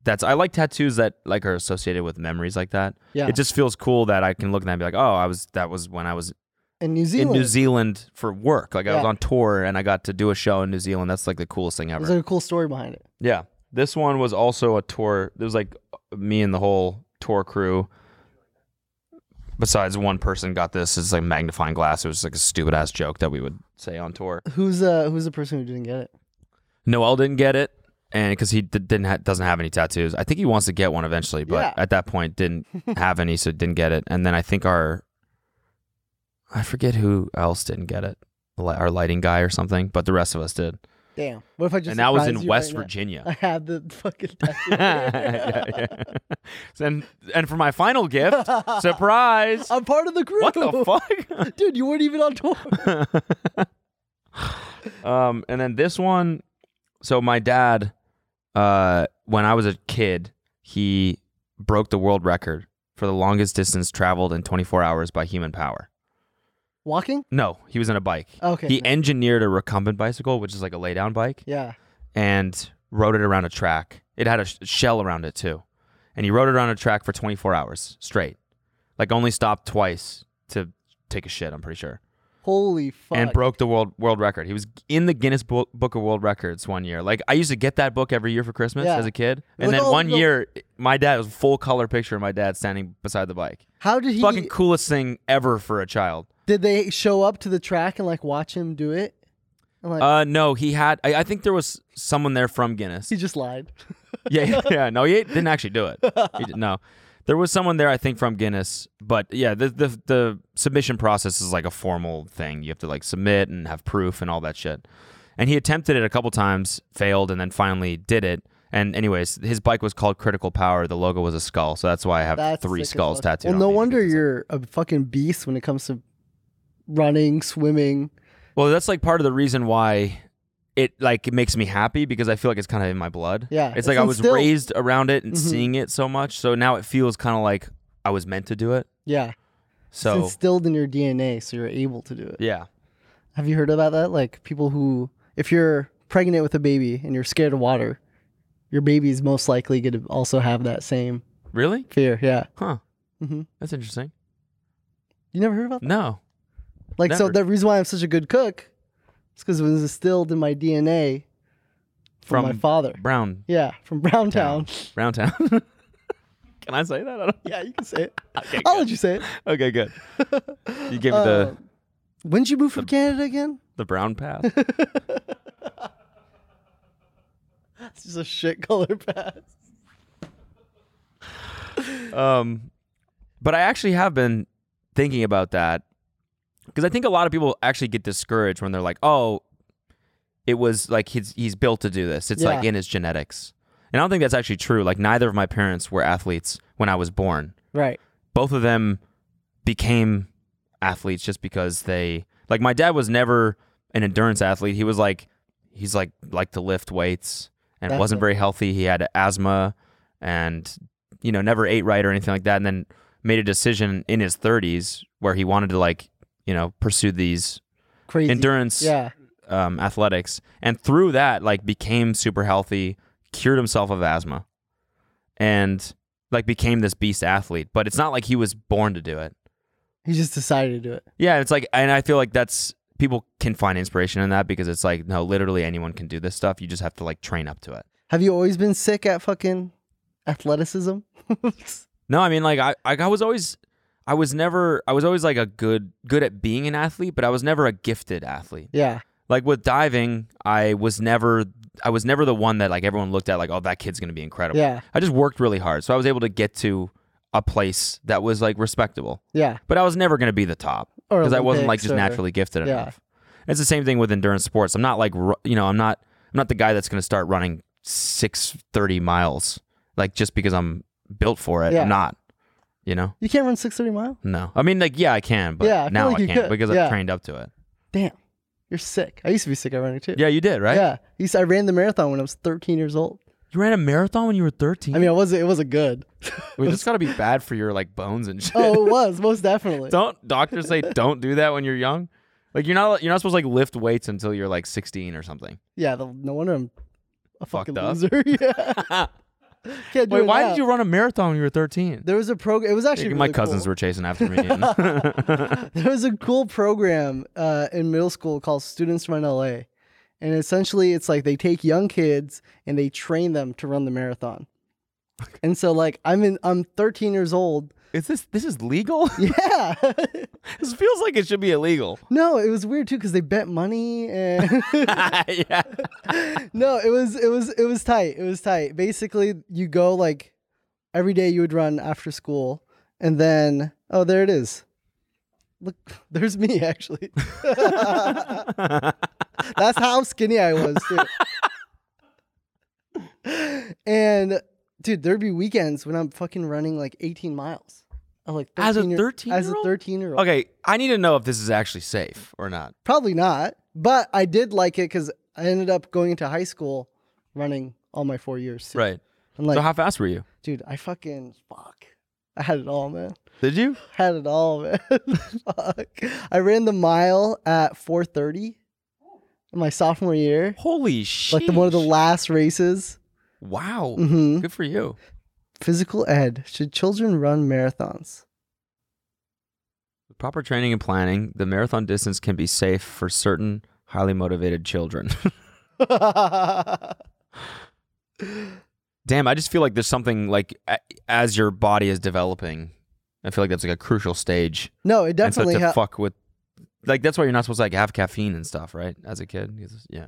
[SPEAKER 1] that's I like tattoos that like are associated with memories like that.
[SPEAKER 2] Yeah.
[SPEAKER 1] It just feels cool that I can look at that and be like, oh, I was that was when I was
[SPEAKER 2] In New Zealand.
[SPEAKER 1] in New Zealand for work. Like I was
[SPEAKER 2] Yeah.
[SPEAKER 1] on tour and I got to do a show in New Zealand. That's like the coolest thing ever.
[SPEAKER 2] There's like a cool story behind it.
[SPEAKER 1] Yeah. This one was also a tour. There was like me and the whole tour crew. Besides one person got this, it's like magnifying glass. It was like a stupid ass joke that we would say on tour.
[SPEAKER 2] Who's uh who's the person who didn't get it?
[SPEAKER 1] Noel didn't get it, and because he d- didn't ha- doesn't have any tattoos, I think he wants to get one eventually, but
[SPEAKER 2] Yeah.
[SPEAKER 1] at that point didn't have any, so didn't get it. And then I think our, I forget who else didn't get it, Li- our lighting guy or something, but the rest of us did.
[SPEAKER 2] Damn. What if I just
[SPEAKER 1] and that was
[SPEAKER 2] surprise
[SPEAKER 1] in
[SPEAKER 2] you
[SPEAKER 1] West
[SPEAKER 2] right now?
[SPEAKER 1] Virginia.
[SPEAKER 2] I had the fucking
[SPEAKER 1] yeah,
[SPEAKER 2] tattoo.
[SPEAKER 1] yeah. And and for my final gift, surprise!
[SPEAKER 2] I'm part of the crew.
[SPEAKER 1] What the fuck?
[SPEAKER 2] Dude, you weren't even on tour.
[SPEAKER 1] um, and then this one. So my dad, uh, when I was a kid, he broke the world record for the longest distance traveled in 24 hours by human power.
[SPEAKER 2] Walking?
[SPEAKER 1] No, he was on a bike.
[SPEAKER 2] Okay,
[SPEAKER 1] He
[SPEAKER 2] nice.
[SPEAKER 1] engineered a recumbent bicycle, which is like a lay down bike.
[SPEAKER 2] Yeah.
[SPEAKER 1] and rode it around a track. It had a sh- shell around it too. And he rode it around a track for 24 hours straight. Like only stopped twice to take a shit, I'm pretty sure.
[SPEAKER 2] Holy fuck.
[SPEAKER 1] And broke the world world record. He was in the Guinness Bo- Book of World Records one year. Like I used to get that book every year for Christmas
[SPEAKER 2] Yeah.
[SPEAKER 1] as a kid. And
[SPEAKER 2] Like,
[SPEAKER 1] then
[SPEAKER 2] oh,
[SPEAKER 1] one
[SPEAKER 2] the-
[SPEAKER 1] year my dad it was a full color picture of my dad standing beside the bike.
[SPEAKER 2] How did he
[SPEAKER 1] Fucking coolest thing ever for a child.
[SPEAKER 2] Did they show up to the track and like watch him do it? And like
[SPEAKER 1] Uh no, he had I, I think there was someone there from Guinness.
[SPEAKER 2] he just lied.
[SPEAKER 1] yeah, yeah, yeah. No, he didn't actually do it. He did, no, there was someone there, I think, from Guinness. But yeah, the, the the submission process is like a formal thing. You have to like submit and have proof and all that shit. And he attempted it a couple times, failed, and then finally did it. And anyways, his bike was called Critical Power. The logo was a skull, so that's why I have
[SPEAKER 2] That's
[SPEAKER 1] three
[SPEAKER 2] sick as
[SPEAKER 1] skulls
[SPEAKER 2] fuck.
[SPEAKER 1] tattooed.
[SPEAKER 2] Well,
[SPEAKER 1] on
[SPEAKER 2] no
[SPEAKER 1] me,
[SPEAKER 2] wonder
[SPEAKER 1] because it's like-
[SPEAKER 2] you're a fucking beast when it comes to running, swimming.
[SPEAKER 1] Well, that's like part of the reason why it like it makes me happy because I feel like it's kind of in my blood.
[SPEAKER 2] Yeah,
[SPEAKER 1] it's,
[SPEAKER 2] it's
[SPEAKER 1] like I was
[SPEAKER 2] instilled. Mm-hmm.
[SPEAKER 1] raised around it and seeing it so much, so now it feels kind of like I was meant to do it.
[SPEAKER 2] Yeah.
[SPEAKER 1] So
[SPEAKER 2] it's instilled in your DNA, so you're able to do it.
[SPEAKER 1] yeah,
[SPEAKER 2] Have you heard about that? Like people who, if you're pregnant with a baby and you're scared of water, your baby's most likely going to also have that same
[SPEAKER 1] really?
[SPEAKER 2] fear. Yeah.
[SPEAKER 1] Huh.
[SPEAKER 2] hmm
[SPEAKER 1] That's interesting.
[SPEAKER 2] You never heard about that?
[SPEAKER 1] No,
[SPEAKER 2] Like, so
[SPEAKER 1] never.
[SPEAKER 2] the reason why I'm such a good cook is because it was instilled in my DNA from, my
[SPEAKER 1] From
[SPEAKER 2] father.
[SPEAKER 1] Brown
[SPEAKER 2] yeah, from Browntown. Town.
[SPEAKER 1] Brown Town. Can I say that? I don't...
[SPEAKER 2] Yeah, you can say it. I'll let you say it.
[SPEAKER 1] Okay, good. You gave me
[SPEAKER 2] Uh,
[SPEAKER 1] the
[SPEAKER 2] when did you move from Canada again?
[SPEAKER 1] the brown path.
[SPEAKER 2] It's just a shit color pass.
[SPEAKER 1] um, But I actually have been thinking about that because I think a lot of people actually get discouraged when they're like, "Oh, it was like he's he's built to do this. It's like
[SPEAKER 2] Yeah.
[SPEAKER 1] in his genetics." And I don't think that's actually true. Like neither of my parents were athletes when I was born.
[SPEAKER 2] Right.
[SPEAKER 1] Both of them became athletes just because they like my dad was never an endurance athlete. He was like he's like like to lift weights and
[SPEAKER 2] That's
[SPEAKER 1] wasn't
[SPEAKER 2] it.
[SPEAKER 1] very healthy. He had asthma and you know never ate right or anything like that and then made a decision in his 30s where he wanted to like, you know, pursue these
[SPEAKER 2] Crazy.
[SPEAKER 1] endurance
[SPEAKER 2] Yeah.
[SPEAKER 1] um, athletics and through that like became super healthy cured himself of asthma and like became this beast athlete but it's not like he was born to do it
[SPEAKER 2] He just decided to do it.
[SPEAKER 1] yeah it's like and i feel like that's people can find inspiration in that because it's like no literally anyone can do this stuff you just have to like train up to it
[SPEAKER 2] Have you always been sick at fucking athleticism?
[SPEAKER 1] no i mean like i i, I was always i was never i was always like a good good at being an athlete but i was never a gifted athlete
[SPEAKER 2] yeah.
[SPEAKER 1] like with diving i was never i was never the one that like everyone looked at like oh that kid's gonna be incredible
[SPEAKER 2] Yeah.
[SPEAKER 1] i just worked really hard so i was able to get to a place that was like respectable
[SPEAKER 2] Yeah.
[SPEAKER 1] but i was never gonna be the top
[SPEAKER 2] Or
[SPEAKER 1] because i wasn't like
[SPEAKER 2] Olympics
[SPEAKER 1] just
[SPEAKER 2] or-
[SPEAKER 1] naturally gifted
[SPEAKER 2] Yeah.
[SPEAKER 1] enough it's the same thing with endurance sports i'm not like ru- you know i'm not i'm not the guy that's gonna start running 630 miles like just because i'm built for it
[SPEAKER 2] Yeah.
[SPEAKER 1] i'm not you know
[SPEAKER 2] You can't run 630 mile?
[SPEAKER 1] no i mean like yeah i can but
[SPEAKER 2] Yeah, I feel
[SPEAKER 1] now
[SPEAKER 2] like
[SPEAKER 1] i
[SPEAKER 2] you
[SPEAKER 1] can't
[SPEAKER 2] could.
[SPEAKER 1] because
[SPEAKER 2] Yeah.
[SPEAKER 1] i've trained up to it
[SPEAKER 2] Damn. You're sick. I used to be sick at running too.
[SPEAKER 1] yeah you did right
[SPEAKER 2] Yeah. I used I ran the marathon when I was 13 years old.
[SPEAKER 1] you ran a marathon when you were 13
[SPEAKER 2] I mean, I wasn't, it wasn't good.
[SPEAKER 1] Wait, that's gotta be bad for your like bones and shit.
[SPEAKER 2] oh, it was, most definitely.
[SPEAKER 1] don't doctors say don't do that when you're young? Like you're not you're not supposed to like lift weights until you're like 16 or something.
[SPEAKER 2] Yeah, the, no wonder I'm a
[SPEAKER 1] Fucked
[SPEAKER 2] fucking
[SPEAKER 1] up.
[SPEAKER 2] loser. yeah. Can't do
[SPEAKER 1] Wait,
[SPEAKER 2] it
[SPEAKER 1] why
[SPEAKER 2] now.
[SPEAKER 1] did you run a marathon when you were 13?
[SPEAKER 2] There was a program. It was actually
[SPEAKER 1] my
[SPEAKER 2] really
[SPEAKER 1] cousins
[SPEAKER 2] cool.
[SPEAKER 1] were chasing after me.
[SPEAKER 2] there was a cool program uh, in middle school called Students Run LA. And essentially, it's like they take young kids and they train them to run the marathon. And so, like, I'm in, I'm 13 years old.
[SPEAKER 1] is this this is legal?
[SPEAKER 2] Yeah.
[SPEAKER 1] this feels like it should be illegal.
[SPEAKER 2] no, it was weird too because they bet money and
[SPEAKER 1] yeah.
[SPEAKER 2] no, it was it was it was tight. It was tight. Basically, you go like every day you would run after school, and then oh, there it is. Look, there's me actually. That's how skinny I was too. and dude, there'd be weekends when I'm fucking running like 18 miles. I'm like
[SPEAKER 1] As a
[SPEAKER 2] 13 as a
[SPEAKER 1] 13-year-old?
[SPEAKER 2] 13 year old.
[SPEAKER 1] Okay, I need to know if this is actually safe or not.
[SPEAKER 2] Probably not, but I did like it because I ended up going into high school running all my four years. too.
[SPEAKER 1] Right.
[SPEAKER 2] And like,
[SPEAKER 1] so how fast were you?
[SPEAKER 2] dude, I fucking fuck. I had it all, man.
[SPEAKER 1] Did you?
[SPEAKER 2] Had it all, man. fuck. I ran the mile at 4:30 in my sophomore year,
[SPEAKER 1] Holy shit.
[SPEAKER 2] like the, one of the last races.
[SPEAKER 1] Wow.
[SPEAKER 2] Mhm.
[SPEAKER 1] Good for you.
[SPEAKER 2] Physical ed: Should children run marathons?
[SPEAKER 1] With proper training and planning, the marathon distance can be safe for certain highly motivated children. Damn, I just feel like there's something like a- as your body is developing, I feel like that's like a crucial stage.
[SPEAKER 2] no, it
[SPEAKER 1] And so
[SPEAKER 2] definitely.
[SPEAKER 1] to
[SPEAKER 2] ha- Oh,
[SPEAKER 1] fuck with, like that's why you're not supposed to like have caffeine and stuff, right? As a kid, 'Cause- yeah.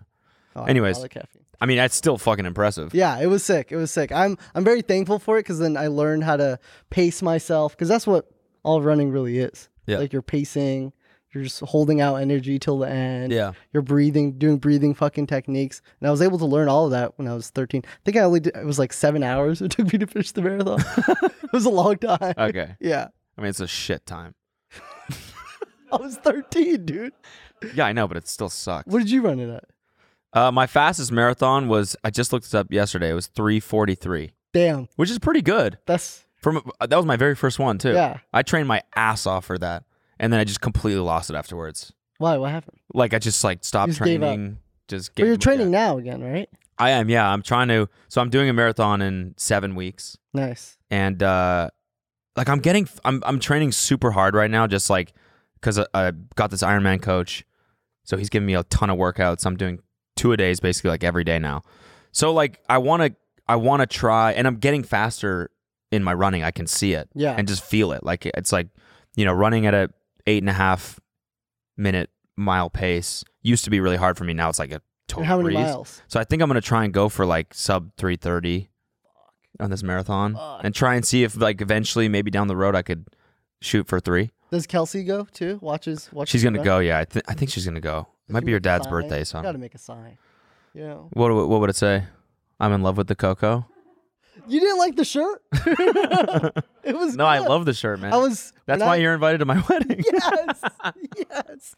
[SPEAKER 2] Oh, I-
[SPEAKER 1] Anyways.
[SPEAKER 2] I like caffeine.
[SPEAKER 1] I mean, that's still fucking impressive.
[SPEAKER 2] Yeah, it was sick. It was sick. I'm I'm very thankful for it because then I learned how to pace myself because that's what all running really is.
[SPEAKER 1] Yeah.
[SPEAKER 2] Like you're pacing, you're just holding out energy till the end. You're breathing, doing breathing fucking techniques, and I was able to learn all of that when I was 13. I think I only did, it was like seven hours it took me to finish the marathon. it was a long time.
[SPEAKER 1] Okay.
[SPEAKER 2] Yeah,
[SPEAKER 1] I mean, it's a shit time.
[SPEAKER 2] I was 13, dude.
[SPEAKER 1] Yeah, I know, but it still sucks.
[SPEAKER 2] What did you run it at?
[SPEAKER 1] Uh, my fastest marathon was I just looked this up yesterday. It was 3:43,
[SPEAKER 2] Damn,
[SPEAKER 1] which is pretty good.
[SPEAKER 2] that's
[SPEAKER 1] From uh, that was my very first one too.
[SPEAKER 2] Yeah.
[SPEAKER 1] I trained my ass off for that, and then I just completely lost it afterwards.
[SPEAKER 2] why. What happened?
[SPEAKER 1] Like I just like stopped
[SPEAKER 2] just gave up.
[SPEAKER 1] training. Just
[SPEAKER 2] But
[SPEAKER 1] gave
[SPEAKER 2] you're
[SPEAKER 1] yeah.
[SPEAKER 2] training now again, right?
[SPEAKER 1] I am. Yeah, I'm trying to. So I'm doing a marathon in seven weeks,
[SPEAKER 2] Nice.
[SPEAKER 1] and uh like I'm getting, I'm I'm training super hard right now, just like because I, I got this Ironman coach, so he's giving me a ton of workouts. I'm doing two a days basically like every day now. So like I want to, I want to try, and I'm getting faster in my running. I can see it
[SPEAKER 2] Yeah.
[SPEAKER 1] and just feel it. Like it's like, you know, running at a eight and a half minute mile pace used to be really hard for me. Now it's like a total
[SPEAKER 2] And how many
[SPEAKER 1] breeze.
[SPEAKER 2] miles?
[SPEAKER 1] So I think I'm gonna try and go for like sub three thirty on this marathon and try and see if like eventually maybe down the road I could shoot for three.
[SPEAKER 2] Does Kelsey go too? Watches. watches
[SPEAKER 1] She's gonna
[SPEAKER 2] the-
[SPEAKER 1] go. Yeah, I, th- I think she's gonna go. It might be your dad's
[SPEAKER 2] Sign.
[SPEAKER 1] birthday, so
[SPEAKER 2] You gotta make a sign. You know.
[SPEAKER 1] what would- what would it say? I'm in love with the cocoa.
[SPEAKER 2] You didn't like the shirt? it was
[SPEAKER 1] No, I
[SPEAKER 2] good.
[SPEAKER 1] love the shirt, man.
[SPEAKER 2] I was
[SPEAKER 1] That's
[SPEAKER 2] when
[SPEAKER 1] why
[SPEAKER 2] I-
[SPEAKER 1] you're invited to my wedding.
[SPEAKER 2] Yes. yes.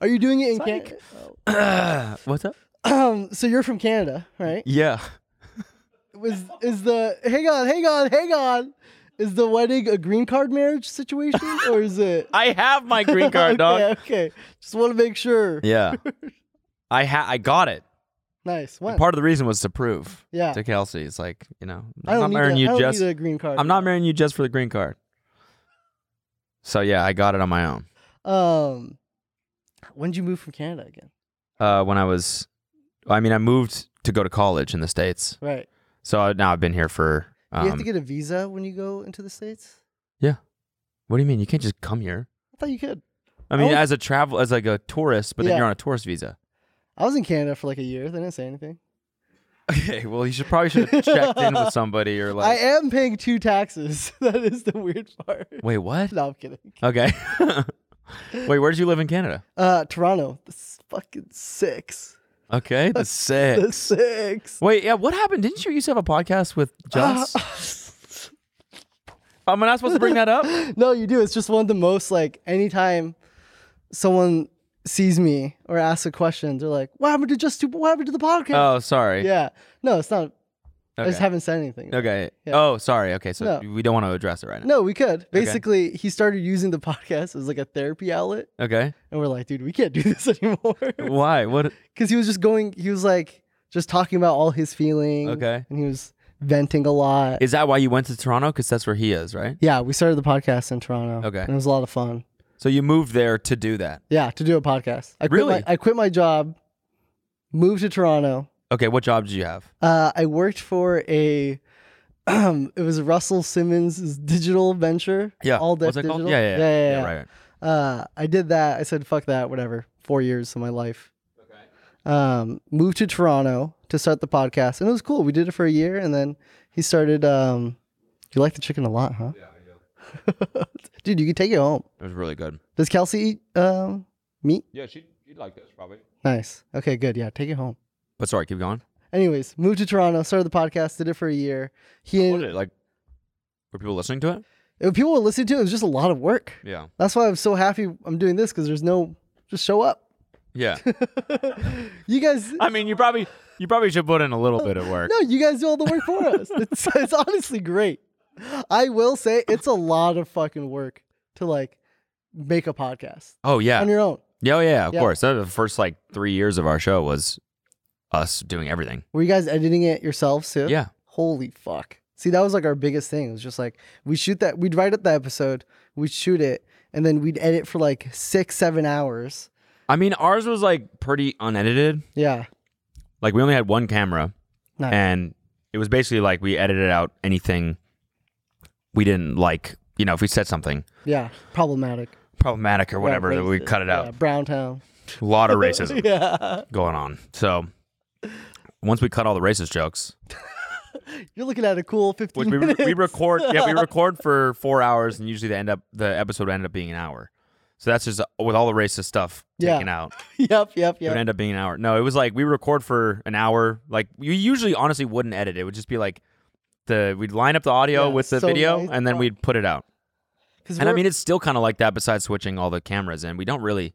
[SPEAKER 2] Are you doing it in Canada?
[SPEAKER 1] What's up?
[SPEAKER 2] Um, so you're from Canada, right?
[SPEAKER 1] Yeah.
[SPEAKER 2] Was is the hang on, hang on, hang on. Is the wedding a green card marriage situation or is it
[SPEAKER 1] I have my green card,
[SPEAKER 2] okay,
[SPEAKER 1] dog.
[SPEAKER 2] Okay. Just want to make sure.
[SPEAKER 1] Yeah. I ha- I got it.
[SPEAKER 2] Nice. When?
[SPEAKER 1] And part of the reason was to prove
[SPEAKER 2] Yeah.
[SPEAKER 1] to Kelsey. It's like, you know,
[SPEAKER 2] I
[SPEAKER 1] I'm
[SPEAKER 2] don't
[SPEAKER 1] not
[SPEAKER 2] need
[SPEAKER 1] marrying
[SPEAKER 2] a- I
[SPEAKER 1] you
[SPEAKER 2] don't
[SPEAKER 1] just
[SPEAKER 2] need a green card.
[SPEAKER 1] I'm not marrying you just for the green card. So yeah, I got it on my own.
[SPEAKER 2] Um when would you move from Canada again?
[SPEAKER 1] Uh, when I was I mean, I moved to go to college in the States.
[SPEAKER 2] Right.
[SPEAKER 1] So I- now I've been here for
[SPEAKER 2] Do
[SPEAKER 1] um,
[SPEAKER 2] you have to get a visa when you go into the States?
[SPEAKER 1] What do you mean? You can't just come here.
[SPEAKER 2] I thought you could.
[SPEAKER 1] I mean,
[SPEAKER 2] was-
[SPEAKER 1] as a travel as like a tourist, but then
[SPEAKER 2] Yeah.
[SPEAKER 1] you're on a tourist visa.
[SPEAKER 2] I was in Canada for like a year. They didn't say anything.
[SPEAKER 1] Okay, well, you should probably should have checked in with somebody or
[SPEAKER 2] I
[SPEAKER 1] like
[SPEAKER 2] am paying two taxes. that is the weird part.
[SPEAKER 1] Wait, what?
[SPEAKER 2] No, I'm kidding.
[SPEAKER 1] Okay. Wait, where did you live in Canada?
[SPEAKER 2] Uh, Toronto. This fucking six.
[SPEAKER 1] Okay, the six.
[SPEAKER 2] The six.
[SPEAKER 1] Wait, yeah, what happened? Didn't you used to have a podcast with Joss?
[SPEAKER 2] Uh,
[SPEAKER 1] Am I not supposed to bring that up?
[SPEAKER 2] No, you do. It's just one of the most like anytime someone sees me or asks a question, they're like, "What happened to just do? What happened to the podcast?"
[SPEAKER 1] Oh, sorry.
[SPEAKER 2] yeah. No, it's not. I
[SPEAKER 1] Okay.
[SPEAKER 2] just haven't said anything.
[SPEAKER 1] Okay.
[SPEAKER 2] Yeah.
[SPEAKER 1] Oh, sorry. Okay, so
[SPEAKER 2] No.
[SPEAKER 1] we don't want to address it right now.
[SPEAKER 2] No, we could. Basically, he started using the podcast as like a therapy outlet,
[SPEAKER 1] Okay.
[SPEAKER 2] and we're like, "Dude, we can't do this anymore."
[SPEAKER 1] Why? What?
[SPEAKER 2] because he was just going he was like just talking about all his feelings
[SPEAKER 1] Okay.
[SPEAKER 2] and he was venting a lot
[SPEAKER 1] Is that why you went to Toronto? Because that's where he is, right?
[SPEAKER 2] yeah we started the podcast in toronto
[SPEAKER 1] Okay.
[SPEAKER 2] and it was a lot of fun
[SPEAKER 1] So you moved there to do that.
[SPEAKER 2] yeah to do a podcast i quit
[SPEAKER 1] Really?
[SPEAKER 2] my, i quit my job moved to toronto
[SPEAKER 1] Okay, what job did you have?
[SPEAKER 2] uh, i worked for a um, it was russell simmons digital venture
[SPEAKER 1] Yeah.
[SPEAKER 2] all that
[SPEAKER 1] What's it
[SPEAKER 2] digital
[SPEAKER 1] called? Yeah, yeah, yeah.
[SPEAKER 2] yeah, yeah.
[SPEAKER 1] right, right.
[SPEAKER 2] uh, I did that. I said, fuck that, whatever. Four years of my life. Okay. Um, moved to Toronto to start the podcast, and it was cool. We did it for a year, and then he started. Um, you like the chicken a lot, huh? Yeah, I do. Dude, you can take it home.
[SPEAKER 1] It was really good.
[SPEAKER 2] Does Kelsey eat um, meat?
[SPEAKER 1] Yeah, she she'd like this probably.
[SPEAKER 2] Nice. Okay, good. Yeah, take it home.
[SPEAKER 1] But sorry, keep going.
[SPEAKER 2] Anyways, moved to Toronto, started the podcast, did it for a year. He
[SPEAKER 1] What was it like? Were people listening to it?
[SPEAKER 2] and people would listen to it. It was just a lot of work.
[SPEAKER 1] Yeah.
[SPEAKER 2] That's why I'm so happy I'm doing this because there's no just show up.
[SPEAKER 1] Yeah.
[SPEAKER 2] You guys,
[SPEAKER 1] I mean, you probably you probably should put in a little bit of work.
[SPEAKER 2] No, you guys do all the work for us. It's, it's honestly great. I will say it's a lot of fucking work to like make a podcast
[SPEAKER 1] Oh yeah.
[SPEAKER 2] on your own.
[SPEAKER 1] Yeah, oh, yeah, of
[SPEAKER 2] Yeah.
[SPEAKER 1] course. That was the first like three years of our show was us doing everything.
[SPEAKER 2] Were you guys editing it yourselves too?
[SPEAKER 1] Yeah.
[SPEAKER 2] Holy fuck. See, that was like our biggest thing. It was just like we shoot that, we'd write up the episode, we'd shoot it, and then we'd edit for like six, seven hours.
[SPEAKER 1] I mean, ours was like pretty unedited.
[SPEAKER 2] Yeah.
[SPEAKER 1] Like we only had one camera,
[SPEAKER 2] Nice.
[SPEAKER 1] and it was basically like we edited out anything we didn't like. You know, if we said something
[SPEAKER 2] Yeah. Problematic.
[SPEAKER 1] problematic or whatever, that we
[SPEAKER 2] Racist.
[SPEAKER 1] cut it out.
[SPEAKER 2] Yeah, Brown Town.
[SPEAKER 1] A lot of racism
[SPEAKER 2] Yeah.
[SPEAKER 1] going on. So once we cut all the racist jokes,
[SPEAKER 2] You're looking at a cool 15
[SPEAKER 1] which we,
[SPEAKER 2] minutes.
[SPEAKER 1] we record, yeah, we record for four hours, and usually they end up the episode ended up being an hour. So that's just uh, with all the racist stuff
[SPEAKER 2] Yeah.
[SPEAKER 1] taken out.
[SPEAKER 2] yep, yep,
[SPEAKER 1] It would
[SPEAKER 2] yep.
[SPEAKER 1] end up being an hour. No, it was like we record for an hour. Like you usually honestly wouldn't edit. It would just be like the we'd line up the audio
[SPEAKER 2] Yeah,
[SPEAKER 1] with the
[SPEAKER 2] so
[SPEAKER 1] video
[SPEAKER 2] nice.
[SPEAKER 1] and then we'd put it out.
[SPEAKER 2] 'Cause
[SPEAKER 1] And I
[SPEAKER 2] we're-
[SPEAKER 1] mean it's still kind of like that besides switching all the cameras in. We don't really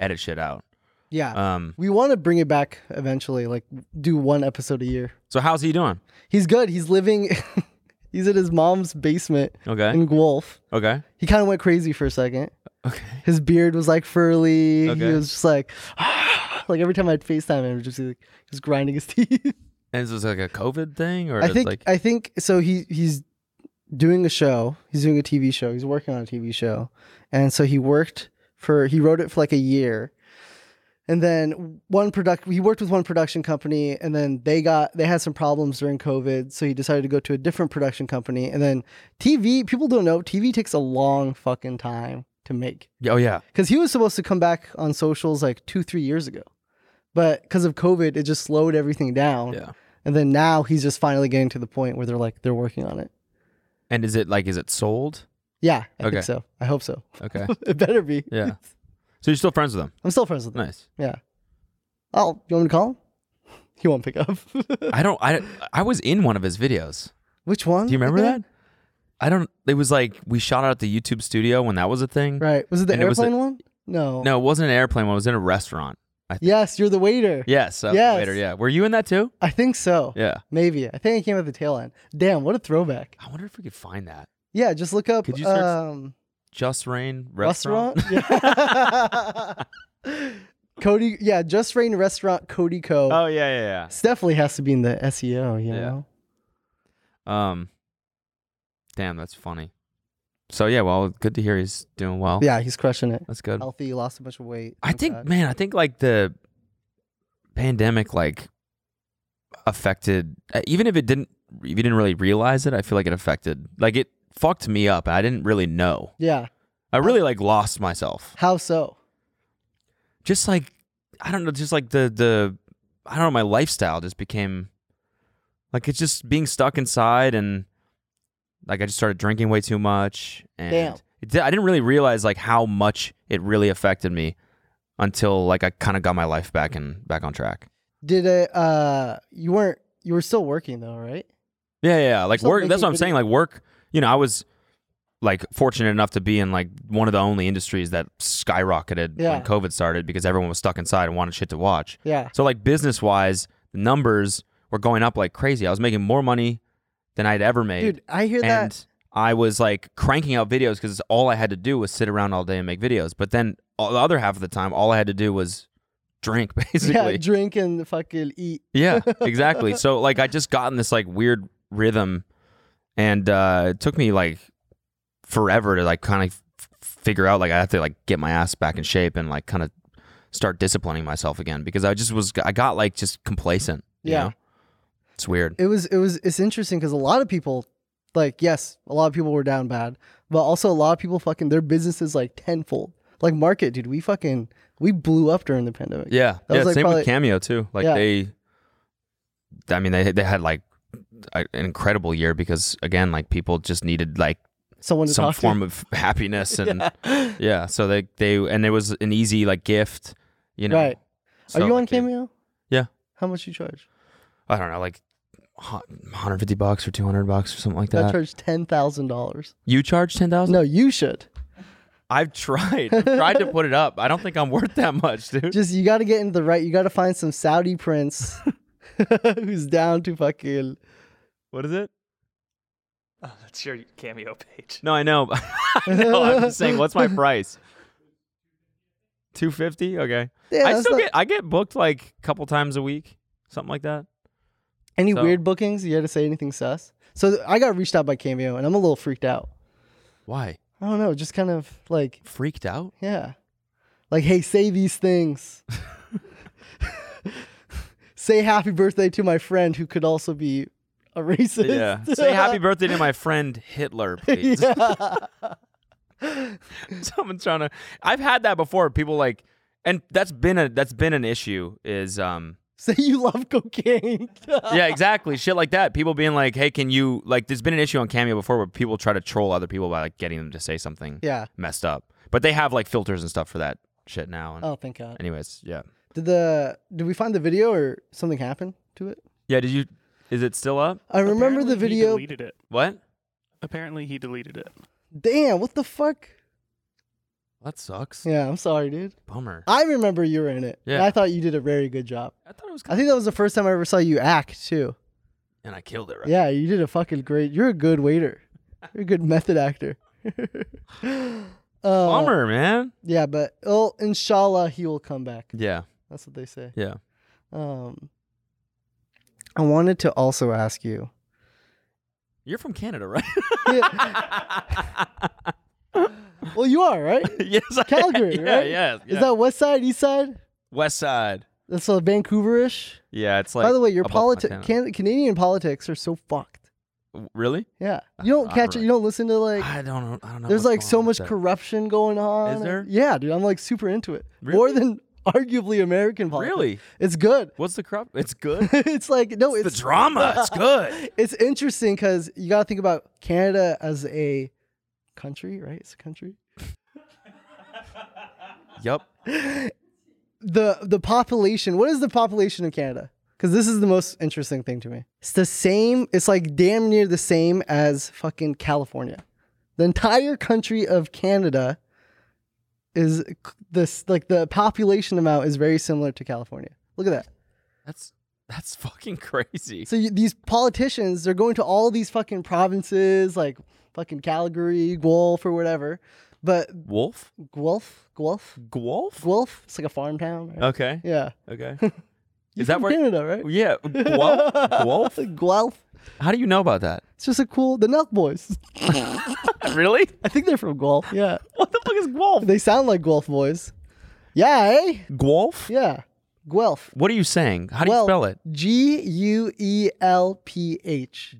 [SPEAKER 1] edit shit out.
[SPEAKER 2] yeah.
[SPEAKER 1] Um
[SPEAKER 2] We want to bring it back eventually, like do one episode a year.
[SPEAKER 1] so how's he doing?
[SPEAKER 2] He's good. He's living. he's in his mom's basement
[SPEAKER 1] Okay.
[SPEAKER 2] in Guelph.
[SPEAKER 1] Okay.
[SPEAKER 2] He kind of went crazy for a second.
[SPEAKER 1] Okay.
[SPEAKER 2] His beard was like furly.
[SPEAKER 1] Okay.
[SPEAKER 2] He was just like, like every time I'd FaceTime him, it was just like he was grinding his teeth.
[SPEAKER 1] And is this like a COVID thing or
[SPEAKER 2] I
[SPEAKER 1] it's
[SPEAKER 2] think.
[SPEAKER 1] like
[SPEAKER 2] I think so. He he's doing a show. He's doing a TV show. He's working on a TV show, and so he worked for. He wrote it for like a year, and then one product. He worked with one production company, and then they got they had some problems during COVID, so he decided to go to a different production company. And then TV. People don't know TV takes a long fucking time to make
[SPEAKER 1] Oh yeah.
[SPEAKER 2] because he was supposed to come back on socials like two three years ago, but because of COVID, it just slowed everything down.
[SPEAKER 1] Yeah.
[SPEAKER 2] And then now he's just finally getting to the point where they're like they're working on it.
[SPEAKER 1] And is it like is it sold?
[SPEAKER 2] Yeah, I
[SPEAKER 1] Okay.
[SPEAKER 2] think so. I hope so.
[SPEAKER 1] Okay.
[SPEAKER 2] it better be.
[SPEAKER 1] Yeah. So you're still friends with him?
[SPEAKER 2] I'm still friends with him.
[SPEAKER 1] Nice.
[SPEAKER 2] Yeah. Oh, you want me to call him? He won't pick up.
[SPEAKER 1] I don't. I I was in one of his videos.
[SPEAKER 2] Which one?
[SPEAKER 1] Do you remember
[SPEAKER 2] again?
[SPEAKER 1] that? I don't. It was like we shot out at the YouTube studio when that was a thing.
[SPEAKER 2] Right. Was it the
[SPEAKER 1] And it was
[SPEAKER 2] airplane
[SPEAKER 1] a-
[SPEAKER 2] one? No.
[SPEAKER 1] No, it wasn't an airplane. one, It was in a restaurant. I think.
[SPEAKER 2] Yes, you're the waiter.
[SPEAKER 1] Yes. uh,
[SPEAKER 2] Yes.
[SPEAKER 1] Later. Yeah. Were you in that too?
[SPEAKER 2] I think so.
[SPEAKER 1] Yeah.
[SPEAKER 2] Maybe. I think I came at the tail end. Damn, what a throwback.
[SPEAKER 1] I wonder if we could find that.
[SPEAKER 2] Yeah, just look up
[SPEAKER 1] Could you search
[SPEAKER 2] um
[SPEAKER 1] Just Rain
[SPEAKER 2] restaurant.
[SPEAKER 1] restaurant.
[SPEAKER 2] Yeah. Cody yeah, just rain restaurant Cody Co.
[SPEAKER 1] Oh yeah, yeah,
[SPEAKER 2] This definitely has to be in the SEO, you
[SPEAKER 1] Yeah.
[SPEAKER 2] know?
[SPEAKER 1] yeah. Um. Damn, that's funny. So yeah, well, good to hear he's doing well.
[SPEAKER 2] Yeah, he's crushing it.
[SPEAKER 1] That's good.
[SPEAKER 2] Healthy, lost a bunch of weight.
[SPEAKER 1] Oh. I
[SPEAKER 2] thank
[SPEAKER 1] think,
[SPEAKER 2] God.
[SPEAKER 1] man, I think like the pandemic like affected. uh, Even if it didn't, if you didn't really realize it, I feel like it affected. Like it fucked me up. I didn't really know.
[SPEAKER 2] Yeah.
[SPEAKER 1] I really like lost myself.
[SPEAKER 2] How so?
[SPEAKER 1] Just like I don't know. Just like the the I don't know. My lifestyle just became like it's just being stuck inside and like I just started drinking way too much and
[SPEAKER 2] Damn.
[SPEAKER 1] it di- I didn't really realize like how much it really affected me until like I kind of got my life back and back on track.
[SPEAKER 2] Did it uh you weren't you were still working though, right?
[SPEAKER 1] Yeah, yeah, yeah. Like
[SPEAKER 2] Still
[SPEAKER 1] work. That's
[SPEAKER 2] making
[SPEAKER 1] what I'm saying. Like work. You know, I was like fortunate enough to be in like one of the only industries that skyrocketed
[SPEAKER 2] Yeah.
[SPEAKER 1] when COVID started because everyone was stuck inside and wanted shit to watch.
[SPEAKER 2] Yeah.
[SPEAKER 1] So like business wise, the numbers were going up like crazy. I was making more money than I'd ever made.
[SPEAKER 2] Dude, I hear
[SPEAKER 1] and
[SPEAKER 2] that
[SPEAKER 1] I was like cranking out videos because all I had to do was sit around all day and make videos. But then all, the other half of the time, all I had to do was drink
[SPEAKER 2] yeah,
[SPEAKER 1] basically.
[SPEAKER 2] drink and fucking eat.
[SPEAKER 1] Yeah, exactly. so like I just got in this like weird rhythm and uh it took me like forever to like kind of f- figure out like I have to like get my ass back in shape and like kind of start disciplining myself again because I just was I got like just complacent, you
[SPEAKER 2] Yeah.
[SPEAKER 1] know? It's weird.
[SPEAKER 2] It was it was it's interesting because a lot of people, like yes, a lot of people were down bad, but also a lot of people fucking their businesses like tenfold. Like market, dude, we fucking we blew up during the pandemic.
[SPEAKER 1] yeah.
[SPEAKER 2] That
[SPEAKER 1] yeah,
[SPEAKER 2] was, like,
[SPEAKER 1] same
[SPEAKER 2] probably-
[SPEAKER 1] with Cameo too. Like
[SPEAKER 2] Yeah.
[SPEAKER 1] they I mean they they had like a- an incredible year because again like people just needed like
[SPEAKER 2] someone to
[SPEAKER 1] some
[SPEAKER 2] talk
[SPEAKER 1] form
[SPEAKER 2] to.
[SPEAKER 1] of happiness and
[SPEAKER 2] yeah.
[SPEAKER 1] Yeah, so they they and it was an easy like gift, you know.
[SPEAKER 2] Right.
[SPEAKER 1] So,
[SPEAKER 2] Are you on
[SPEAKER 1] like, they-
[SPEAKER 2] Cameo?
[SPEAKER 1] Yeah.
[SPEAKER 2] How much you charge?
[SPEAKER 1] I don't know, like hun- 150 bucks or 200 bucks or something like
[SPEAKER 2] I
[SPEAKER 1] that.
[SPEAKER 2] charge ten thousand dollars.
[SPEAKER 1] you charge 10,000?
[SPEAKER 2] No, you should.
[SPEAKER 1] I've tried. I've tried to put it up. I don't think I'm worth that much, dude.
[SPEAKER 2] Just you got to get into the right. You got to find some Saudi prince who's down to fucking.
[SPEAKER 1] What is it?
[SPEAKER 10] Oh, that's your cameo page.
[SPEAKER 1] No, I know. I know. I'm just saying what's my price? 250? Okay.
[SPEAKER 2] Yeah,
[SPEAKER 1] I
[SPEAKER 2] that's
[SPEAKER 1] still
[SPEAKER 2] not-
[SPEAKER 1] get I get booked like a couple times a week, something like that.
[SPEAKER 2] Any
[SPEAKER 1] So-
[SPEAKER 2] weird bookings? You had to say anything sus? So th- I got reached out by Cameo, and I'm a little freaked out.
[SPEAKER 1] Why?
[SPEAKER 2] I don't know, just kind of like,
[SPEAKER 1] Freaked out?
[SPEAKER 2] yeah, like, hey, say these things. say happy birthday to my friend who could also be a racist.
[SPEAKER 1] Yeah. Say happy birthday to my friend Hitler, please.
[SPEAKER 2] yeah.
[SPEAKER 1] someone's trying to i've had that before people like and that's been a that's been an issue is um
[SPEAKER 2] Say you love cocaine.
[SPEAKER 1] yeah exactly shit like that people being like hey can you like there's been an issue on cameo before where people try to troll other people by like getting them to say something
[SPEAKER 2] yeah.
[SPEAKER 1] messed up but they have like filters and stuff for that shit now and
[SPEAKER 2] Oh, thank God.
[SPEAKER 1] anyways yeah
[SPEAKER 2] Did the did we find the video or something happened to it?
[SPEAKER 1] yeah did you is it still up
[SPEAKER 2] I remember the
[SPEAKER 11] Apparently He
[SPEAKER 2] video.
[SPEAKER 11] deleted it.
[SPEAKER 1] what
[SPEAKER 11] Apparently he deleted it.
[SPEAKER 2] Damn, what the fuck?
[SPEAKER 1] that sucks
[SPEAKER 2] Yeah, I'm sorry, dude.
[SPEAKER 1] bummer
[SPEAKER 2] I remember you were in it. and
[SPEAKER 1] Yeah.
[SPEAKER 2] I thought you did a very good job.
[SPEAKER 1] i thought it was
[SPEAKER 2] I think that was the first time I ever saw you act too.
[SPEAKER 1] and i killed it right
[SPEAKER 2] Yeah, you did a fucking great. You're a good waiter. You're a good method actor. Uh,
[SPEAKER 1] bummer man
[SPEAKER 2] Yeah, but oh, inshallah he will come back.
[SPEAKER 1] yeah
[SPEAKER 2] That's what they say.
[SPEAKER 1] yeah
[SPEAKER 2] Um, I wanted to also ask you.
[SPEAKER 1] you're from canada right
[SPEAKER 2] Well, you are right.
[SPEAKER 1] yes I am.
[SPEAKER 2] Calgary,
[SPEAKER 1] yeah,
[SPEAKER 2] right?
[SPEAKER 1] yeah yeah
[SPEAKER 2] Is that west side, east side?
[SPEAKER 1] west side
[SPEAKER 2] That's a Vancouverish.
[SPEAKER 1] Yeah, it's like.
[SPEAKER 2] By the way, your
[SPEAKER 1] above
[SPEAKER 2] politics,
[SPEAKER 1] Montana.
[SPEAKER 2] can- Canadian politics are so fucked.
[SPEAKER 1] W- really?
[SPEAKER 2] Yeah, you don't
[SPEAKER 1] I
[SPEAKER 2] catch it.
[SPEAKER 1] don't
[SPEAKER 2] You don't listen to like.
[SPEAKER 1] I don't. know- I don't know.
[SPEAKER 2] There's
[SPEAKER 1] what's
[SPEAKER 2] like
[SPEAKER 1] going
[SPEAKER 2] so
[SPEAKER 1] on with
[SPEAKER 2] much
[SPEAKER 1] "Oh, that.
[SPEAKER 2] corruption going on.
[SPEAKER 1] Is there?
[SPEAKER 2] Yeah, dude, I'm like super into it.
[SPEAKER 1] Really?
[SPEAKER 2] More than arguably American politics.
[SPEAKER 1] Really?
[SPEAKER 2] It's good.
[SPEAKER 1] What's the corrupt? It's good.
[SPEAKER 2] it's like no,
[SPEAKER 1] the
[SPEAKER 2] it's
[SPEAKER 1] drama. It's good.
[SPEAKER 2] it's interesting because you got to think about Canada as a country, right? It's a country.
[SPEAKER 1] Yep.
[SPEAKER 2] the the population. What is the population of Canada? Because this is the most interesting thing to me. It's the same. It's like damn near the same as fucking California. The entire country of Canada is c- this like the population amount is very similar to California. Look at that.
[SPEAKER 1] That's that's fucking crazy.
[SPEAKER 2] So you, these politicians, they're going to all these fucking provinces, like fucking Calgary, Guelph, or whatever. But
[SPEAKER 1] Wolf?
[SPEAKER 2] Guelph, Guelph,
[SPEAKER 1] Guelph,
[SPEAKER 2] Guelph. It's like a farm town. right?
[SPEAKER 1] Okay.
[SPEAKER 2] Yeah.
[SPEAKER 1] Okay. Uh,
[SPEAKER 2] You're
[SPEAKER 1] Is that
[SPEAKER 2] from
[SPEAKER 1] where
[SPEAKER 2] Canada, right?
[SPEAKER 1] Yeah. Guelph? Guelph?
[SPEAKER 2] Guelph.
[SPEAKER 1] How do you know about that?
[SPEAKER 2] It's just a cool. The Nut Boys.
[SPEAKER 1] really?
[SPEAKER 2] I think they're from Guelph. Yeah.
[SPEAKER 1] What the fuck is Guelph?
[SPEAKER 2] They sound like Guelph boys. Yeah. Eh?
[SPEAKER 1] Guelph?
[SPEAKER 2] Yeah. Guelph.
[SPEAKER 1] What are you saying? How do you
[SPEAKER 2] Guelph.
[SPEAKER 1] spell it?
[SPEAKER 2] G U E L P H.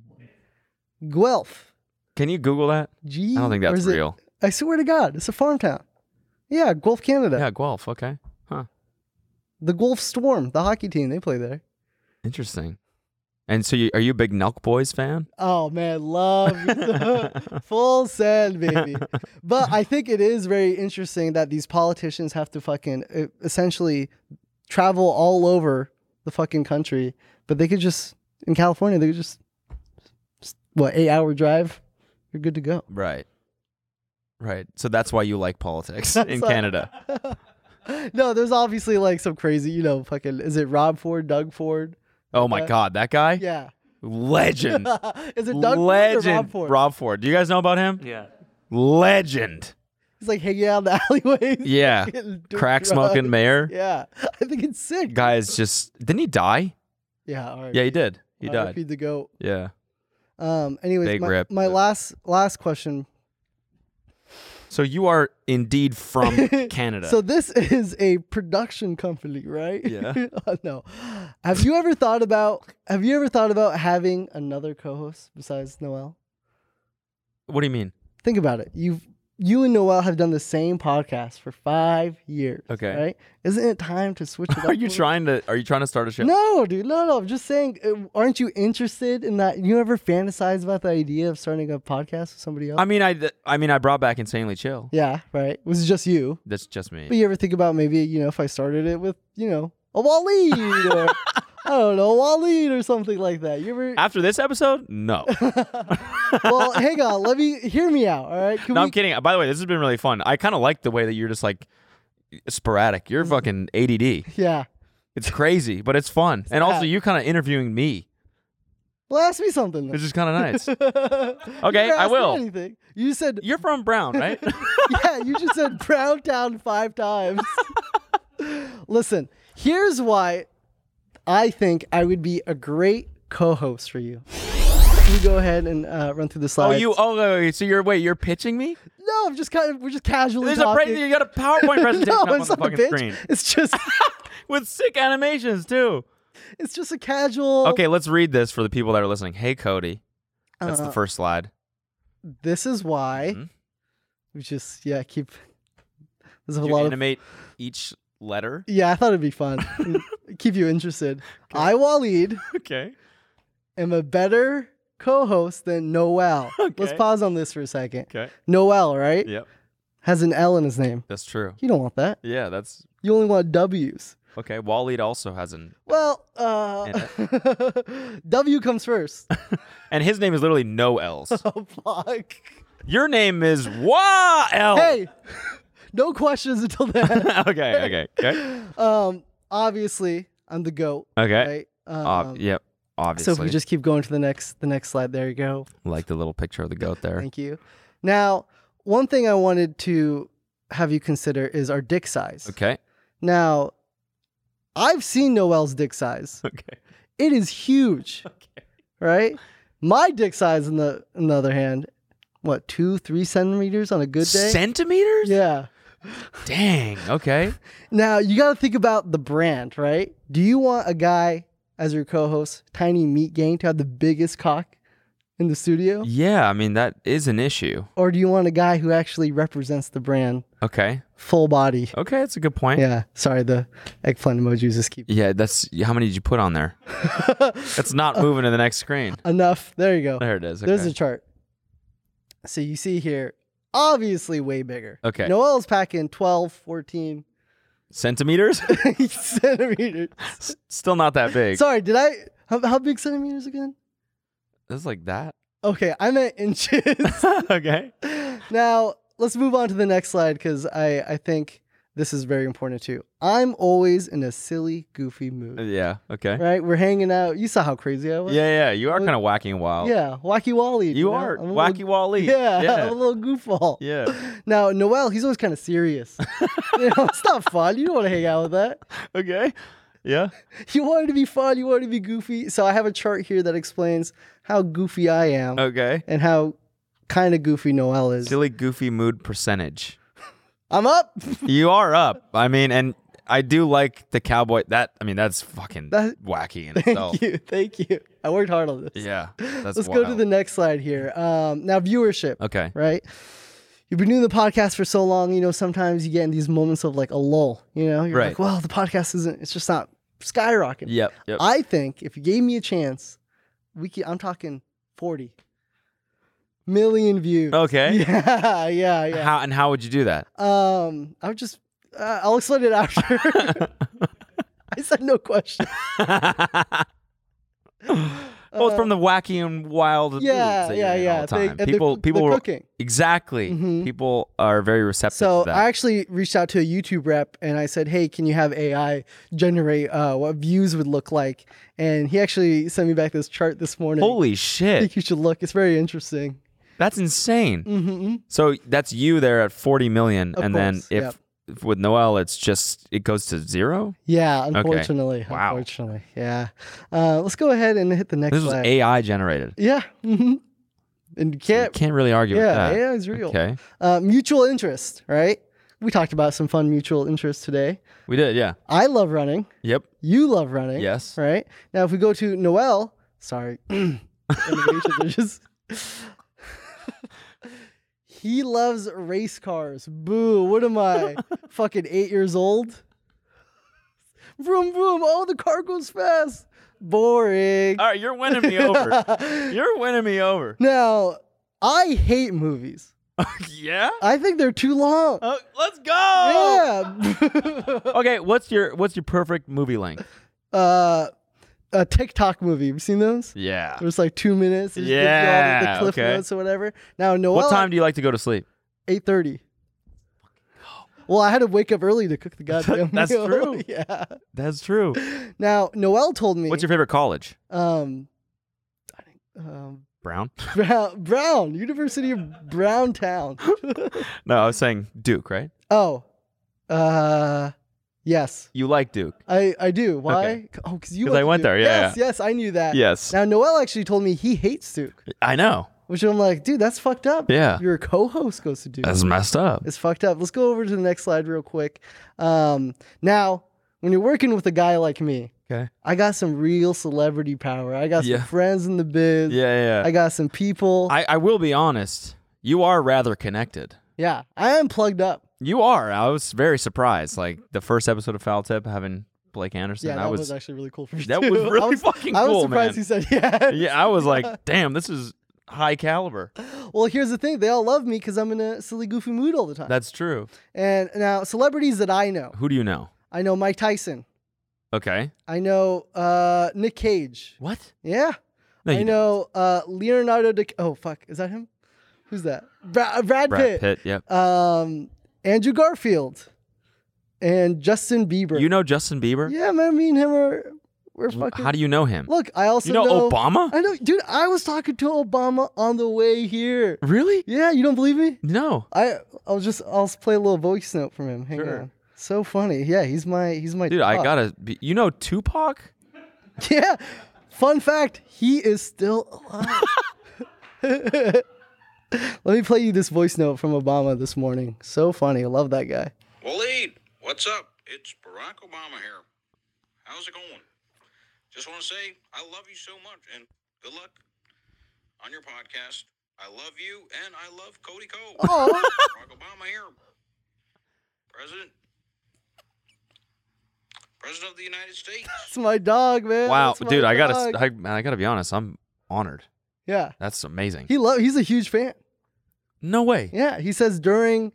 [SPEAKER 2] Guelph.
[SPEAKER 1] Can you Google that?
[SPEAKER 2] G.
[SPEAKER 1] I don't think
[SPEAKER 2] or
[SPEAKER 1] that's
[SPEAKER 2] is it-
[SPEAKER 1] real.
[SPEAKER 2] I swear to God, it's a farm town. Yeah, Guelph, Canada.
[SPEAKER 1] Yeah, Guelph. Okay. Huh.
[SPEAKER 2] The Guelph Storm, the hockey team, they play there.
[SPEAKER 1] Interesting. And so, you, are you a big Nelk Boys fan?
[SPEAKER 2] Oh man, love you. full send, baby. But I think it is very interesting that these politicians have to fucking uh, essentially travel all over the fucking country, but they could just in California they could just what eight hour drive, you're good to go.
[SPEAKER 1] Right. Right. So that's why you like politics in
[SPEAKER 2] That's why-
[SPEAKER 1] Canada.
[SPEAKER 2] No, there's obviously like some crazy, you know, fucking is it Rob Ford, Doug Ford?
[SPEAKER 1] Oh my
[SPEAKER 2] Uh,
[SPEAKER 1] God, that guy?
[SPEAKER 2] Yeah.
[SPEAKER 1] Legend.
[SPEAKER 2] is it Doug
[SPEAKER 1] Legend.
[SPEAKER 2] Ford or Rob Ford?
[SPEAKER 1] Rob Ford. Do you guys know about him?
[SPEAKER 10] Yeah.
[SPEAKER 1] Legend.
[SPEAKER 2] He's like hanging out in the alleyways.
[SPEAKER 1] Yeah.
[SPEAKER 2] Doing
[SPEAKER 1] Crack smoking
[SPEAKER 2] drugs.
[SPEAKER 1] mayor.
[SPEAKER 2] Yeah, I think it's sick.
[SPEAKER 1] Guy is just. Didn't he die?
[SPEAKER 2] Yeah, all right.
[SPEAKER 1] Yeah, he did. He died.
[SPEAKER 2] The goat.
[SPEAKER 1] Yeah.
[SPEAKER 2] Um. Anyways,
[SPEAKER 1] Big
[SPEAKER 2] my,
[SPEAKER 1] rip.
[SPEAKER 2] my last last question.
[SPEAKER 1] So you are indeed from Canada.
[SPEAKER 2] So this is a production company, right?
[SPEAKER 1] Yeah.
[SPEAKER 2] Oh, no. Have you ever thought about Have you ever thought about having another co-host besides Noel?
[SPEAKER 1] what do you mean?
[SPEAKER 2] Think about it. You you and Noel have done the same podcast for five years.
[SPEAKER 1] Okay.
[SPEAKER 2] Right? Isn't it time to switch it up?
[SPEAKER 1] Are you
[SPEAKER 2] a little
[SPEAKER 1] trying to? Are you trying to start a show?
[SPEAKER 2] No, dude, no, no. I'm just saying, uh, aren't you interested in that? You ever fantasize about the idea of starting a podcast with somebody else?
[SPEAKER 1] I mean, I. I mean, I brought back insanely chill.
[SPEAKER 2] yeah, right. It was just you.
[SPEAKER 1] That's just me.
[SPEAKER 2] But you ever think about maybe, you know, if I started it with, you know, a Waleed or, I don't know, a Waleed or something like that. You ever,
[SPEAKER 1] After this episode, no.
[SPEAKER 2] well, hang on, let me, hear me out, all right? Can
[SPEAKER 1] no,
[SPEAKER 2] we,
[SPEAKER 1] I'm kidding. By the way, this has been really fun. I kind of like the way that you're just like sporadic.
[SPEAKER 2] Mm.
[SPEAKER 1] You're fucking ADD.
[SPEAKER 2] yeah.
[SPEAKER 1] It's crazy, but it's fun. And also,
[SPEAKER 2] that.
[SPEAKER 1] you kind of interviewing me.
[SPEAKER 2] Well, ask me something. Then.
[SPEAKER 1] It's just kind of nice.
[SPEAKER 2] You
[SPEAKER 1] Okay,
[SPEAKER 2] never
[SPEAKER 1] I
[SPEAKER 2] asked me
[SPEAKER 1] will.
[SPEAKER 2] Anything. You said,
[SPEAKER 1] You're from Brown, right?
[SPEAKER 2] yeah, you just said Brown Town five times. Listen, here's why I think I would be a great co-host for you. You go ahead and uh, run through the
[SPEAKER 1] oh,
[SPEAKER 2] slides.
[SPEAKER 1] you. Oh, wait, wait, so you're wait. You're pitching me?
[SPEAKER 2] No, I'm just kind of. We're just casually
[SPEAKER 1] There's a
[SPEAKER 2] talking.
[SPEAKER 1] break. You got a PowerPoint presentation
[SPEAKER 2] no,
[SPEAKER 1] up on
[SPEAKER 2] it's
[SPEAKER 1] the
[SPEAKER 2] not a
[SPEAKER 1] fucking
[SPEAKER 2] bitch.
[SPEAKER 1] screen
[SPEAKER 2] It's just.
[SPEAKER 1] with sick animations too.
[SPEAKER 2] It's just a casual.
[SPEAKER 1] Okay, let's read this for the people that are listening. Hey, Cody. That's the first slide.
[SPEAKER 2] uh, This is why.
[SPEAKER 1] Mhm.
[SPEAKER 2] We just yeah keep. There's a
[SPEAKER 1] Do you
[SPEAKER 2] lot of
[SPEAKER 1] animate each letter?
[SPEAKER 2] yeah. I thought it'd be fun. keep you interested. I Waleed.
[SPEAKER 1] Okay.
[SPEAKER 2] am a better co-host than Noel. Let's
[SPEAKER 1] Okay.
[SPEAKER 2] pause on this for a second.
[SPEAKER 1] Okay.
[SPEAKER 2] Noel, right?
[SPEAKER 1] Yep.
[SPEAKER 2] Has an L in his name.
[SPEAKER 1] That's true.
[SPEAKER 2] You don't want that.
[SPEAKER 1] Yeah, that's
[SPEAKER 2] You only want W's.
[SPEAKER 1] okay. Waleed also has an
[SPEAKER 2] Well, uh, W comes first.
[SPEAKER 1] and his name is literally no L's.
[SPEAKER 2] oh fuck.
[SPEAKER 1] Your name is Wa L.
[SPEAKER 2] Hey, no questions until then.
[SPEAKER 1] okay, okay, okay.
[SPEAKER 2] um, obviously, I'm the goat.
[SPEAKER 1] Okay.
[SPEAKER 2] Right. Um,
[SPEAKER 1] Ob- yep.
[SPEAKER 2] So
[SPEAKER 1] Obviously.
[SPEAKER 2] if we just keep going to the next, the next slide. There you go.
[SPEAKER 1] like the little picture of the goat there.
[SPEAKER 2] Thank you. Now, one thing I wanted to have you consider is our dick size.
[SPEAKER 1] Okay.
[SPEAKER 2] Now, I've seen Noel's dick size.
[SPEAKER 1] Okay.
[SPEAKER 2] It is huge. Right? My dick size on the on the other hand, what, two, three centimeters on a good day?
[SPEAKER 1] Centimeters?
[SPEAKER 2] yeah.
[SPEAKER 1] Dang. Okay.
[SPEAKER 2] Now you gotta think about the brand, right? Do you want a guy as your co-host, Tiny Meat Gang, to have the biggest cock in the studio?
[SPEAKER 1] Yeah, I mean that is an issue.
[SPEAKER 2] Or do you want a guy who actually represents the brand
[SPEAKER 1] Okay.
[SPEAKER 2] full body?
[SPEAKER 1] Okay, that's a good point.
[SPEAKER 2] Yeah. Sorry, the eggplant emojis just keep
[SPEAKER 1] Yeah, that's how many did you put on there? that's not moving to the next screen.
[SPEAKER 2] enough. There you go.
[SPEAKER 1] There it is.
[SPEAKER 2] There's
[SPEAKER 1] okay.
[SPEAKER 2] a chart. So you see here, obviously way bigger.
[SPEAKER 1] Okay.
[SPEAKER 2] Noel's packing 12, 14
[SPEAKER 1] Centimeters?
[SPEAKER 2] centimeters.
[SPEAKER 1] Still not that big.
[SPEAKER 2] Sorry, did I? How, how big centimeters again?
[SPEAKER 1] It's like that.
[SPEAKER 2] Okay, I meant inches.
[SPEAKER 1] okay.
[SPEAKER 2] Now let's move on to the next slide because I I think this is very important too. I'm always in a silly, goofy mood.
[SPEAKER 1] Yeah. Okay.
[SPEAKER 2] Right, we're hanging out. You saw how crazy I was.
[SPEAKER 1] Yeah, yeah. You are kind of wacky and wild.
[SPEAKER 2] Yeah, wacky Wally.
[SPEAKER 1] You
[SPEAKER 2] know?
[SPEAKER 1] are
[SPEAKER 2] I'm a
[SPEAKER 1] wacky
[SPEAKER 2] little-
[SPEAKER 1] Wally.
[SPEAKER 2] Yeah,
[SPEAKER 1] Yeah.
[SPEAKER 2] I'm a little goofball.
[SPEAKER 1] Yeah.
[SPEAKER 2] Now Noel, he's always kind of serious. you know, it's not fun. You don't want to hang out with that.
[SPEAKER 1] Okay. Yeah.
[SPEAKER 2] You wanted to be fun. You wanted to be goofy. So I have a chart here that explains how goofy I am
[SPEAKER 1] Okay.
[SPEAKER 2] and how kind of goofy Noel is.
[SPEAKER 1] Silly goofy mood percentage.
[SPEAKER 2] I'm up.
[SPEAKER 1] you are up. I mean, and I do like the cowboy. That I mean, that's fucking
[SPEAKER 2] That-
[SPEAKER 1] wacky in
[SPEAKER 2] Thank
[SPEAKER 1] itself.
[SPEAKER 2] you. Thank you. I worked hard on this.
[SPEAKER 1] Yeah. That's
[SPEAKER 2] Let's go to
[SPEAKER 1] wild.
[SPEAKER 2] the next slide here. Um, now, viewership.
[SPEAKER 1] Okay.
[SPEAKER 2] Right? You've been doing the podcast for so long, you know, sometimes you get in these moments of like a lull, you know? You're
[SPEAKER 1] Right.
[SPEAKER 2] like, well, the podcast isn't, it's just not skyrocketing.
[SPEAKER 1] Yep, yep.
[SPEAKER 2] I think if you gave me a chance, we could, I'm talking 40 million views.
[SPEAKER 1] Okay.
[SPEAKER 2] Yeah, yeah, yeah.
[SPEAKER 1] How and how would you do that?
[SPEAKER 2] Um, I would just, uh, I'll explain it after. I said no question.
[SPEAKER 1] Both from the wacky and wild.
[SPEAKER 2] yeah,
[SPEAKER 1] moods that
[SPEAKER 2] yeah,
[SPEAKER 1] you're in
[SPEAKER 2] yeah.
[SPEAKER 1] All the
[SPEAKER 2] They-
[SPEAKER 1] time.
[SPEAKER 2] and the-
[SPEAKER 1] people,
[SPEAKER 2] the
[SPEAKER 1] people were-
[SPEAKER 2] cooking.
[SPEAKER 1] exactly.
[SPEAKER 2] Mhm.
[SPEAKER 1] People are very receptive.
[SPEAKER 2] So
[SPEAKER 1] to that.
[SPEAKER 2] I actually reached out to a YouTube rep and I said, "Hey, can you have AI generate uh, what views would look like?" And he actually sent me back this chart this morning.
[SPEAKER 1] Holy
[SPEAKER 2] I think
[SPEAKER 1] shit!
[SPEAKER 2] you should look. It's very interesting.
[SPEAKER 1] That's insane.
[SPEAKER 2] Mm-hmm.
[SPEAKER 1] So that's you there at forty million,
[SPEAKER 2] Of
[SPEAKER 1] and then
[SPEAKER 2] course,
[SPEAKER 1] if,
[SPEAKER 2] yep.
[SPEAKER 1] if with Noel, it's just it goes to zero.
[SPEAKER 2] Yeah,
[SPEAKER 1] Okay.
[SPEAKER 2] unfortunately.
[SPEAKER 1] Wow.
[SPEAKER 2] Unfortunately. Yeah. Uh, let's go ahead and hit the next
[SPEAKER 1] This was
[SPEAKER 2] slide.
[SPEAKER 1] AI generated.
[SPEAKER 2] Yeah. hmm And you can't
[SPEAKER 1] Can't really argue with
[SPEAKER 2] yeah,
[SPEAKER 1] that.
[SPEAKER 2] AI is real.
[SPEAKER 1] Okay,
[SPEAKER 2] Uh, mutual interest, right? We talked about some fun mutual interest today.
[SPEAKER 1] we did. Yeah.
[SPEAKER 2] I love running.
[SPEAKER 1] Yep.
[SPEAKER 2] You love running.
[SPEAKER 1] Yes.
[SPEAKER 2] Right? Now, if we go to Noel, sorry. Innovations are just- he loves race cars. Boo. What am I? fucking eight years old? Vroom, vroom. Oh, the car goes fast. Boring.
[SPEAKER 1] All right, you're winning me over. you're winning me over.
[SPEAKER 2] Now, I hate movies.
[SPEAKER 1] Yeah.
[SPEAKER 2] I think they're too long.
[SPEAKER 1] Oh, let's go.
[SPEAKER 2] Yeah.
[SPEAKER 1] Okay, what's your what's your perfect movie length?
[SPEAKER 2] Uh, a TikTok movie. Have you seen those?
[SPEAKER 1] Yeah.
[SPEAKER 2] It was like two minutes. It just gives you all the-
[SPEAKER 1] Yeah,
[SPEAKER 2] the cliff
[SPEAKER 1] okay.
[SPEAKER 2] notes or whatever. Now, Noel,
[SPEAKER 1] What time do you like to go to sleep?
[SPEAKER 2] Eight thirty. Well, I had to wake up early to cook the goddamn
[SPEAKER 1] That's
[SPEAKER 2] meal.
[SPEAKER 1] true.
[SPEAKER 2] yeah.
[SPEAKER 1] That's true.
[SPEAKER 2] Now, Noel told me.
[SPEAKER 1] What's your favorite college?
[SPEAKER 2] um, I think, um,
[SPEAKER 1] Brown?
[SPEAKER 2] Brown, Brown University of Brown Town.
[SPEAKER 1] No, I was saying Duke, right?
[SPEAKER 2] oh, uh, yes.
[SPEAKER 1] You like Duke.
[SPEAKER 2] I, I do. Why?
[SPEAKER 1] Okay.
[SPEAKER 2] C- Oh, because you
[SPEAKER 1] 'Cause I went
[SPEAKER 2] to
[SPEAKER 1] there,
[SPEAKER 2] Duke.
[SPEAKER 1] yeah,
[SPEAKER 2] Yes,
[SPEAKER 1] yeah.
[SPEAKER 2] yes, I knew that.
[SPEAKER 1] Yes.
[SPEAKER 2] Now Noel actually told me he hates Duke,
[SPEAKER 1] I know.
[SPEAKER 2] which I'm like, dude, that's fucked up.
[SPEAKER 1] Yeah.
[SPEAKER 2] Your co-host goes to Duke.
[SPEAKER 1] That's messed up.
[SPEAKER 2] it's fucked up. Let's go over to the next slide real quick. Um, now when you're working with a guy like me,
[SPEAKER 1] Okay.
[SPEAKER 2] I got some real celebrity power. I got some
[SPEAKER 1] Yeah.
[SPEAKER 2] friends in the biz.
[SPEAKER 1] Yeah,
[SPEAKER 2] I
[SPEAKER 1] yeah.
[SPEAKER 2] got some people.
[SPEAKER 1] I, I will be honest. You are rather connected.
[SPEAKER 2] yeah, I am plugged up.
[SPEAKER 1] You are. I was very surprised. Like the first episode of Foul Tip having Blake Anderson.
[SPEAKER 2] Yeah,
[SPEAKER 1] I
[SPEAKER 2] that was,
[SPEAKER 1] was,
[SPEAKER 2] actually really cool for me.
[SPEAKER 1] that
[SPEAKER 2] too.
[SPEAKER 1] was
[SPEAKER 2] I
[SPEAKER 1] really
[SPEAKER 2] was-
[SPEAKER 1] fucking
[SPEAKER 2] I was
[SPEAKER 1] cool,
[SPEAKER 2] surprised
[SPEAKER 1] man.
[SPEAKER 2] he said yes.
[SPEAKER 1] Yeah, I was like, damn, this is high caliber.
[SPEAKER 2] Well, here's the thing: they all love me because I'm in a silly, goofy mood all the time.
[SPEAKER 1] That's true.
[SPEAKER 2] And now, celebrities that I know,
[SPEAKER 1] Who do you know?
[SPEAKER 2] I know Mike Tyson.
[SPEAKER 1] Okay.
[SPEAKER 2] I know uh, Nick Cage.
[SPEAKER 1] What?
[SPEAKER 2] Yeah.
[SPEAKER 1] No,
[SPEAKER 2] I
[SPEAKER 1] you
[SPEAKER 2] know uh, Leonardo Di. Oh fuck, is that him? Who's that? Bra- uh, Brad,
[SPEAKER 1] Brad
[SPEAKER 2] Pitt.
[SPEAKER 1] Pitt. Yep.
[SPEAKER 2] Um, Andrew Garfield, and Justin Bieber.
[SPEAKER 1] You know Justin Bieber?
[SPEAKER 2] Yeah, man. Me and him are we're fucking.
[SPEAKER 1] How do you know him?
[SPEAKER 2] Look, I also
[SPEAKER 1] You know Obama?
[SPEAKER 2] I know, dude. I was talking to Obama on the way here.
[SPEAKER 1] Really?
[SPEAKER 2] Yeah, you don't believe me?
[SPEAKER 1] No.
[SPEAKER 2] I I'll just I'll play a little voice note from him. Hang
[SPEAKER 1] Sure.
[SPEAKER 2] on. So funny. Yeah, he's my he's my
[SPEAKER 1] Dude, I
[SPEAKER 2] top.
[SPEAKER 1] gotta. Be, you know Tupac?
[SPEAKER 2] Yeah. Fun fact, he is still alive. Let me play you this voice note from Obama this morning. So funny. I love that guy.
[SPEAKER 12] Waleed, what's up? It's Barack Obama here. How's it going? Just want to say I love you so much and good luck on your podcast. I love you and I love Cody Cole.
[SPEAKER 2] Oh.
[SPEAKER 12] Barack Obama here. President. President of the United States.
[SPEAKER 2] It's my dog, man.
[SPEAKER 1] wow,
[SPEAKER 2] That's my
[SPEAKER 1] dude, I gotta.
[SPEAKER 2] dog.
[SPEAKER 1] I, man, I gotta be honest. I'm honored.
[SPEAKER 2] yeah.
[SPEAKER 1] That's amazing.
[SPEAKER 2] He love he's a huge fan.
[SPEAKER 1] No way.
[SPEAKER 2] Yeah, he says during,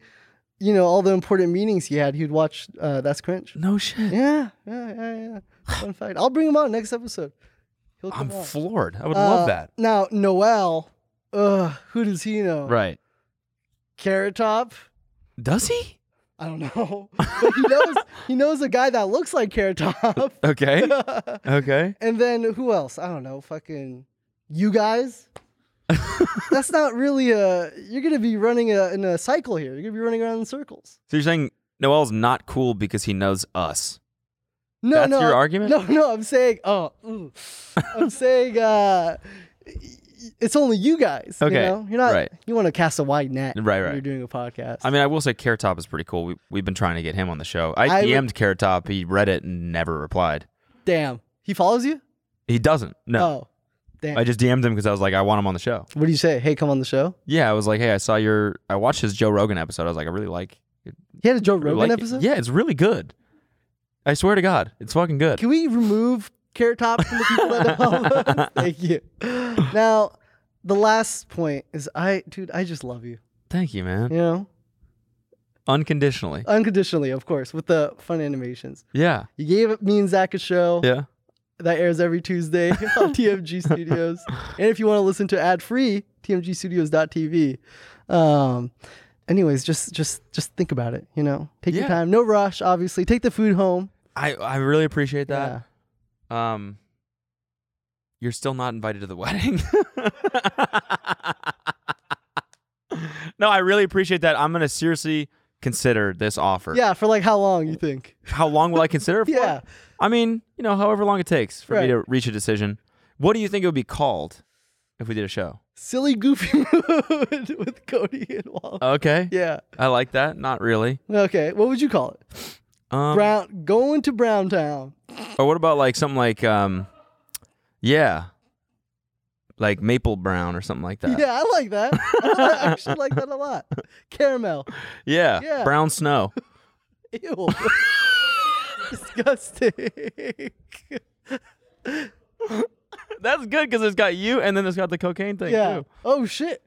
[SPEAKER 2] you know, all the important meetings he had, he'd watch uh, That's Cringe.
[SPEAKER 1] No shit.
[SPEAKER 2] Yeah, yeah, yeah, yeah. Fun fact. I'll bring him on next episode. He'll
[SPEAKER 1] I'm
[SPEAKER 2] come on.
[SPEAKER 1] floored. I would love
[SPEAKER 2] Uh,
[SPEAKER 1] that.
[SPEAKER 2] Now, Noel, uh, who does he know?
[SPEAKER 1] Right.
[SPEAKER 2] Carrot Top.
[SPEAKER 1] Does he?
[SPEAKER 2] I don't know, but he knows he knows a guy that looks like Carrot Top.
[SPEAKER 1] Okay. okay.
[SPEAKER 2] And then who else? I don't know. Fucking you guys. That's not really a. You're gonna be running a, in a cycle here. You're gonna be running around in circles.
[SPEAKER 1] So you're saying Noel's not cool because he knows us.
[SPEAKER 2] No,
[SPEAKER 1] That's
[SPEAKER 2] no.
[SPEAKER 1] your argument?
[SPEAKER 2] No, no. I'm saying. Oh, ooh. I'm saying. uh It's only you guys.
[SPEAKER 1] Okay,
[SPEAKER 2] You know? You're not.
[SPEAKER 1] right.
[SPEAKER 2] You want to cast a wide net.
[SPEAKER 1] Right,
[SPEAKER 2] when
[SPEAKER 1] right.
[SPEAKER 2] You're doing a podcast.
[SPEAKER 1] I mean, I will say Carrot Top is pretty cool. We, we've been trying to get him on the show. I,
[SPEAKER 2] I would-
[SPEAKER 1] DM'd Carrot Top. He read it and never replied.
[SPEAKER 2] Damn. He follows you?
[SPEAKER 1] He doesn't. No.
[SPEAKER 2] Oh, damn.
[SPEAKER 1] I just DM'd him because I was like, I want him on the show.
[SPEAKER 2] What do you say? Hey, come on the show.
[SPEAKER 1] Yeah, I was like, hey, I saw your. I watched his Joe Rogan episode. I was like, I really like.
[SPEAKER 2] He had a Joe
[SPEAKER 1] really
[SPEAKER 2] Rogan
[SPEAKER 1] like it.
[SPEAKER 2] episode.
[SPEAKER 1] Yeah, it's really good. I swear to God, it's fucking good.
[SPEAKER 2] Can we remove Carrot Top from the people that follow us? Thank you. Now, the last point is I, dude, I just love you.
[SPEAKER 1] Thank you, man.
[SPEAKER 2] You know,
[SPEAKER 1] Unconditionally.
[SPEAKER 2] unconditionally, of course, with the fun animations.
[SPEAKER 1] yeah.
[SPEAKER 2] You gave me and Zach a show.
[SPEAKER 1] Yeah.
[SPEAKER 2] That airs every Tuesday on TMG Studios. and if you want to listen to ad free, tmgstudios.tv. Um, anyways, just just just think about it. You know, take your
[SPEAKER 1] Yeah.
[SPEAKER 2] time. No rush, obviously. Take the food home.
[SPEAKER 1] I I really appreciate that. Um, you're still not invited to the wedding. no, I really appreciate that. I'm gonna seriously consider this offer.
[SPEAKER 2] Yeah, for like how long you think?
[SPEAKER 1] How long will I consider it for?
[SPEAKER 2] Yeah.
[SPEAKER 1] I mean, you know, however long it takes for me
[SPEAKER 2] Right.
[SPEAKER 1] to reach a decision. What do you think it would be called if we did a show?
[SPEAKER 2] silly goofy mood with Cody and Wally.
[SPEAKER 1] Okay.
[SPEAKER 2] Yeah.
[SPEAKER 1] I like that. Not really.
[SPEAKER 2] Okay. What would you call it?
[SPEAKER 1] Um,
[SPEAKER 2] Brown going to Brown Town.
[SPEAKER 1] Or what about like something like um, yeah, like maple brown or something like that.
[SPEAKER 2] Yeah, I like that. I actually like that a lot. Caramel.
[SPEAKER 1] Yeah.
[SPEAKER 2] Yeah.
[SPEAKER 1] Brown snow.
[SPEAKER 2] Ew. Disgusting.
[SPEAKER 1] That's good because it's got you, and then it's got the cocaine thing
[SPEAKER 2] yeah.
[SPEAKER 1] too.
[SPEAKER 2] Oh shit.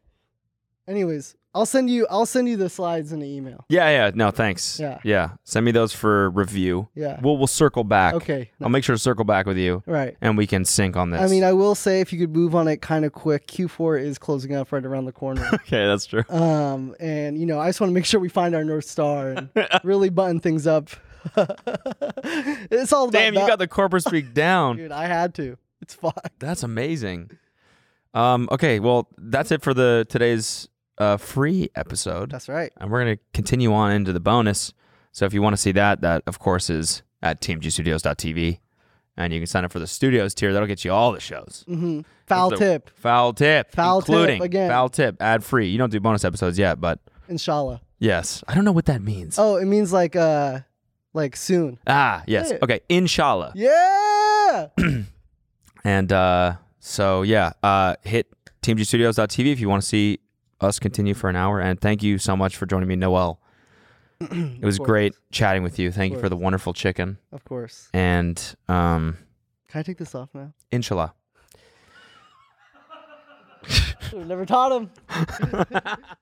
[SPEAKER 2] Anyways, I'll send you I'll send you the slides in the email.
[SPEAKER 1] Yeah, yeah. No, thanks.
[SPEAKER 2] Yeah.
[SPEAKER 1] yeah. Send me those for review.
[SPEAKER 2] Yeah.
[SPEAKER 1] we'll we'll circle back.
[SPEAKER 2] Okay,
[SPEAKER 1] I'll make sure to circle back with you.
[SPEAKER 2] Right.
[SPEAKER 1] and we can sync on this.
[SPEAKER 2] I mean, I will say if you could move on it kind of quick, Q4 is closing up right around the corner.
[SPEAKER 1] okay, that's true.
[SPEAKER 2] Um, and you know, I just want to make sure we find our north star and really button things up. it's all about
[SPEAKER 1] Damn, you
[SPEAKER 2] ba-
[SPEAKER 1] got the corporate speak down.
[SPEAKER 2] dude. I had to. It's fine.
[SPEAKER 1] That's amazing. Um, okay, well, that's it for the today's uh, free episode.
[SPEAKER 2] That's right.
[SPEAKER 1] And we're gonna continue on into the bonus. So if you want to see that, that of course is at tmgstudios.tv, and you can sign up for the studios tier. That'll get you all the shows.
[SPEAKER 2] hmm Foul
[SPEAKER 1] That's the-
[SPEAKER 2] tip,
[SPEAKER 1] Foul tip.
[SPEAKER 2] Foul tip
[SPEAKER 1] including
[SPEAKER 2] again.
[SPEAKER 1] Foul tip. Ad free. You don't do bonus episodes yet, but
[SPEAKER 2] inshallah.
[SPEAKER 1] yes. I don't know what that means.
[SPEAKER 2] Oh, it means like uh, like soon.
[SPEAKER 1] Ah, yes.
[SPEAKER 2] Yeah.
[SPEAKER 1] Okay. Inshallah.
[SPEAKER 2] Yeah.
[SPEAKER 1] And uh, so yeah, uh, hit tmgstudios.tv if you want to see us continue for an hour. And thank you so much for joining me, Noel. it was great chatting with you. Thank you for
[SPEAKER 2] course.
[SPEAKER 1] the wonderful chicken.
[SPEAKER 2] of course.
[SPEAKER 1] And um,
[SPEAKER 2] Can I take this off now?
[SPEAKER 1] inshallah.
[SPEAKER 2] Should've Never taught him.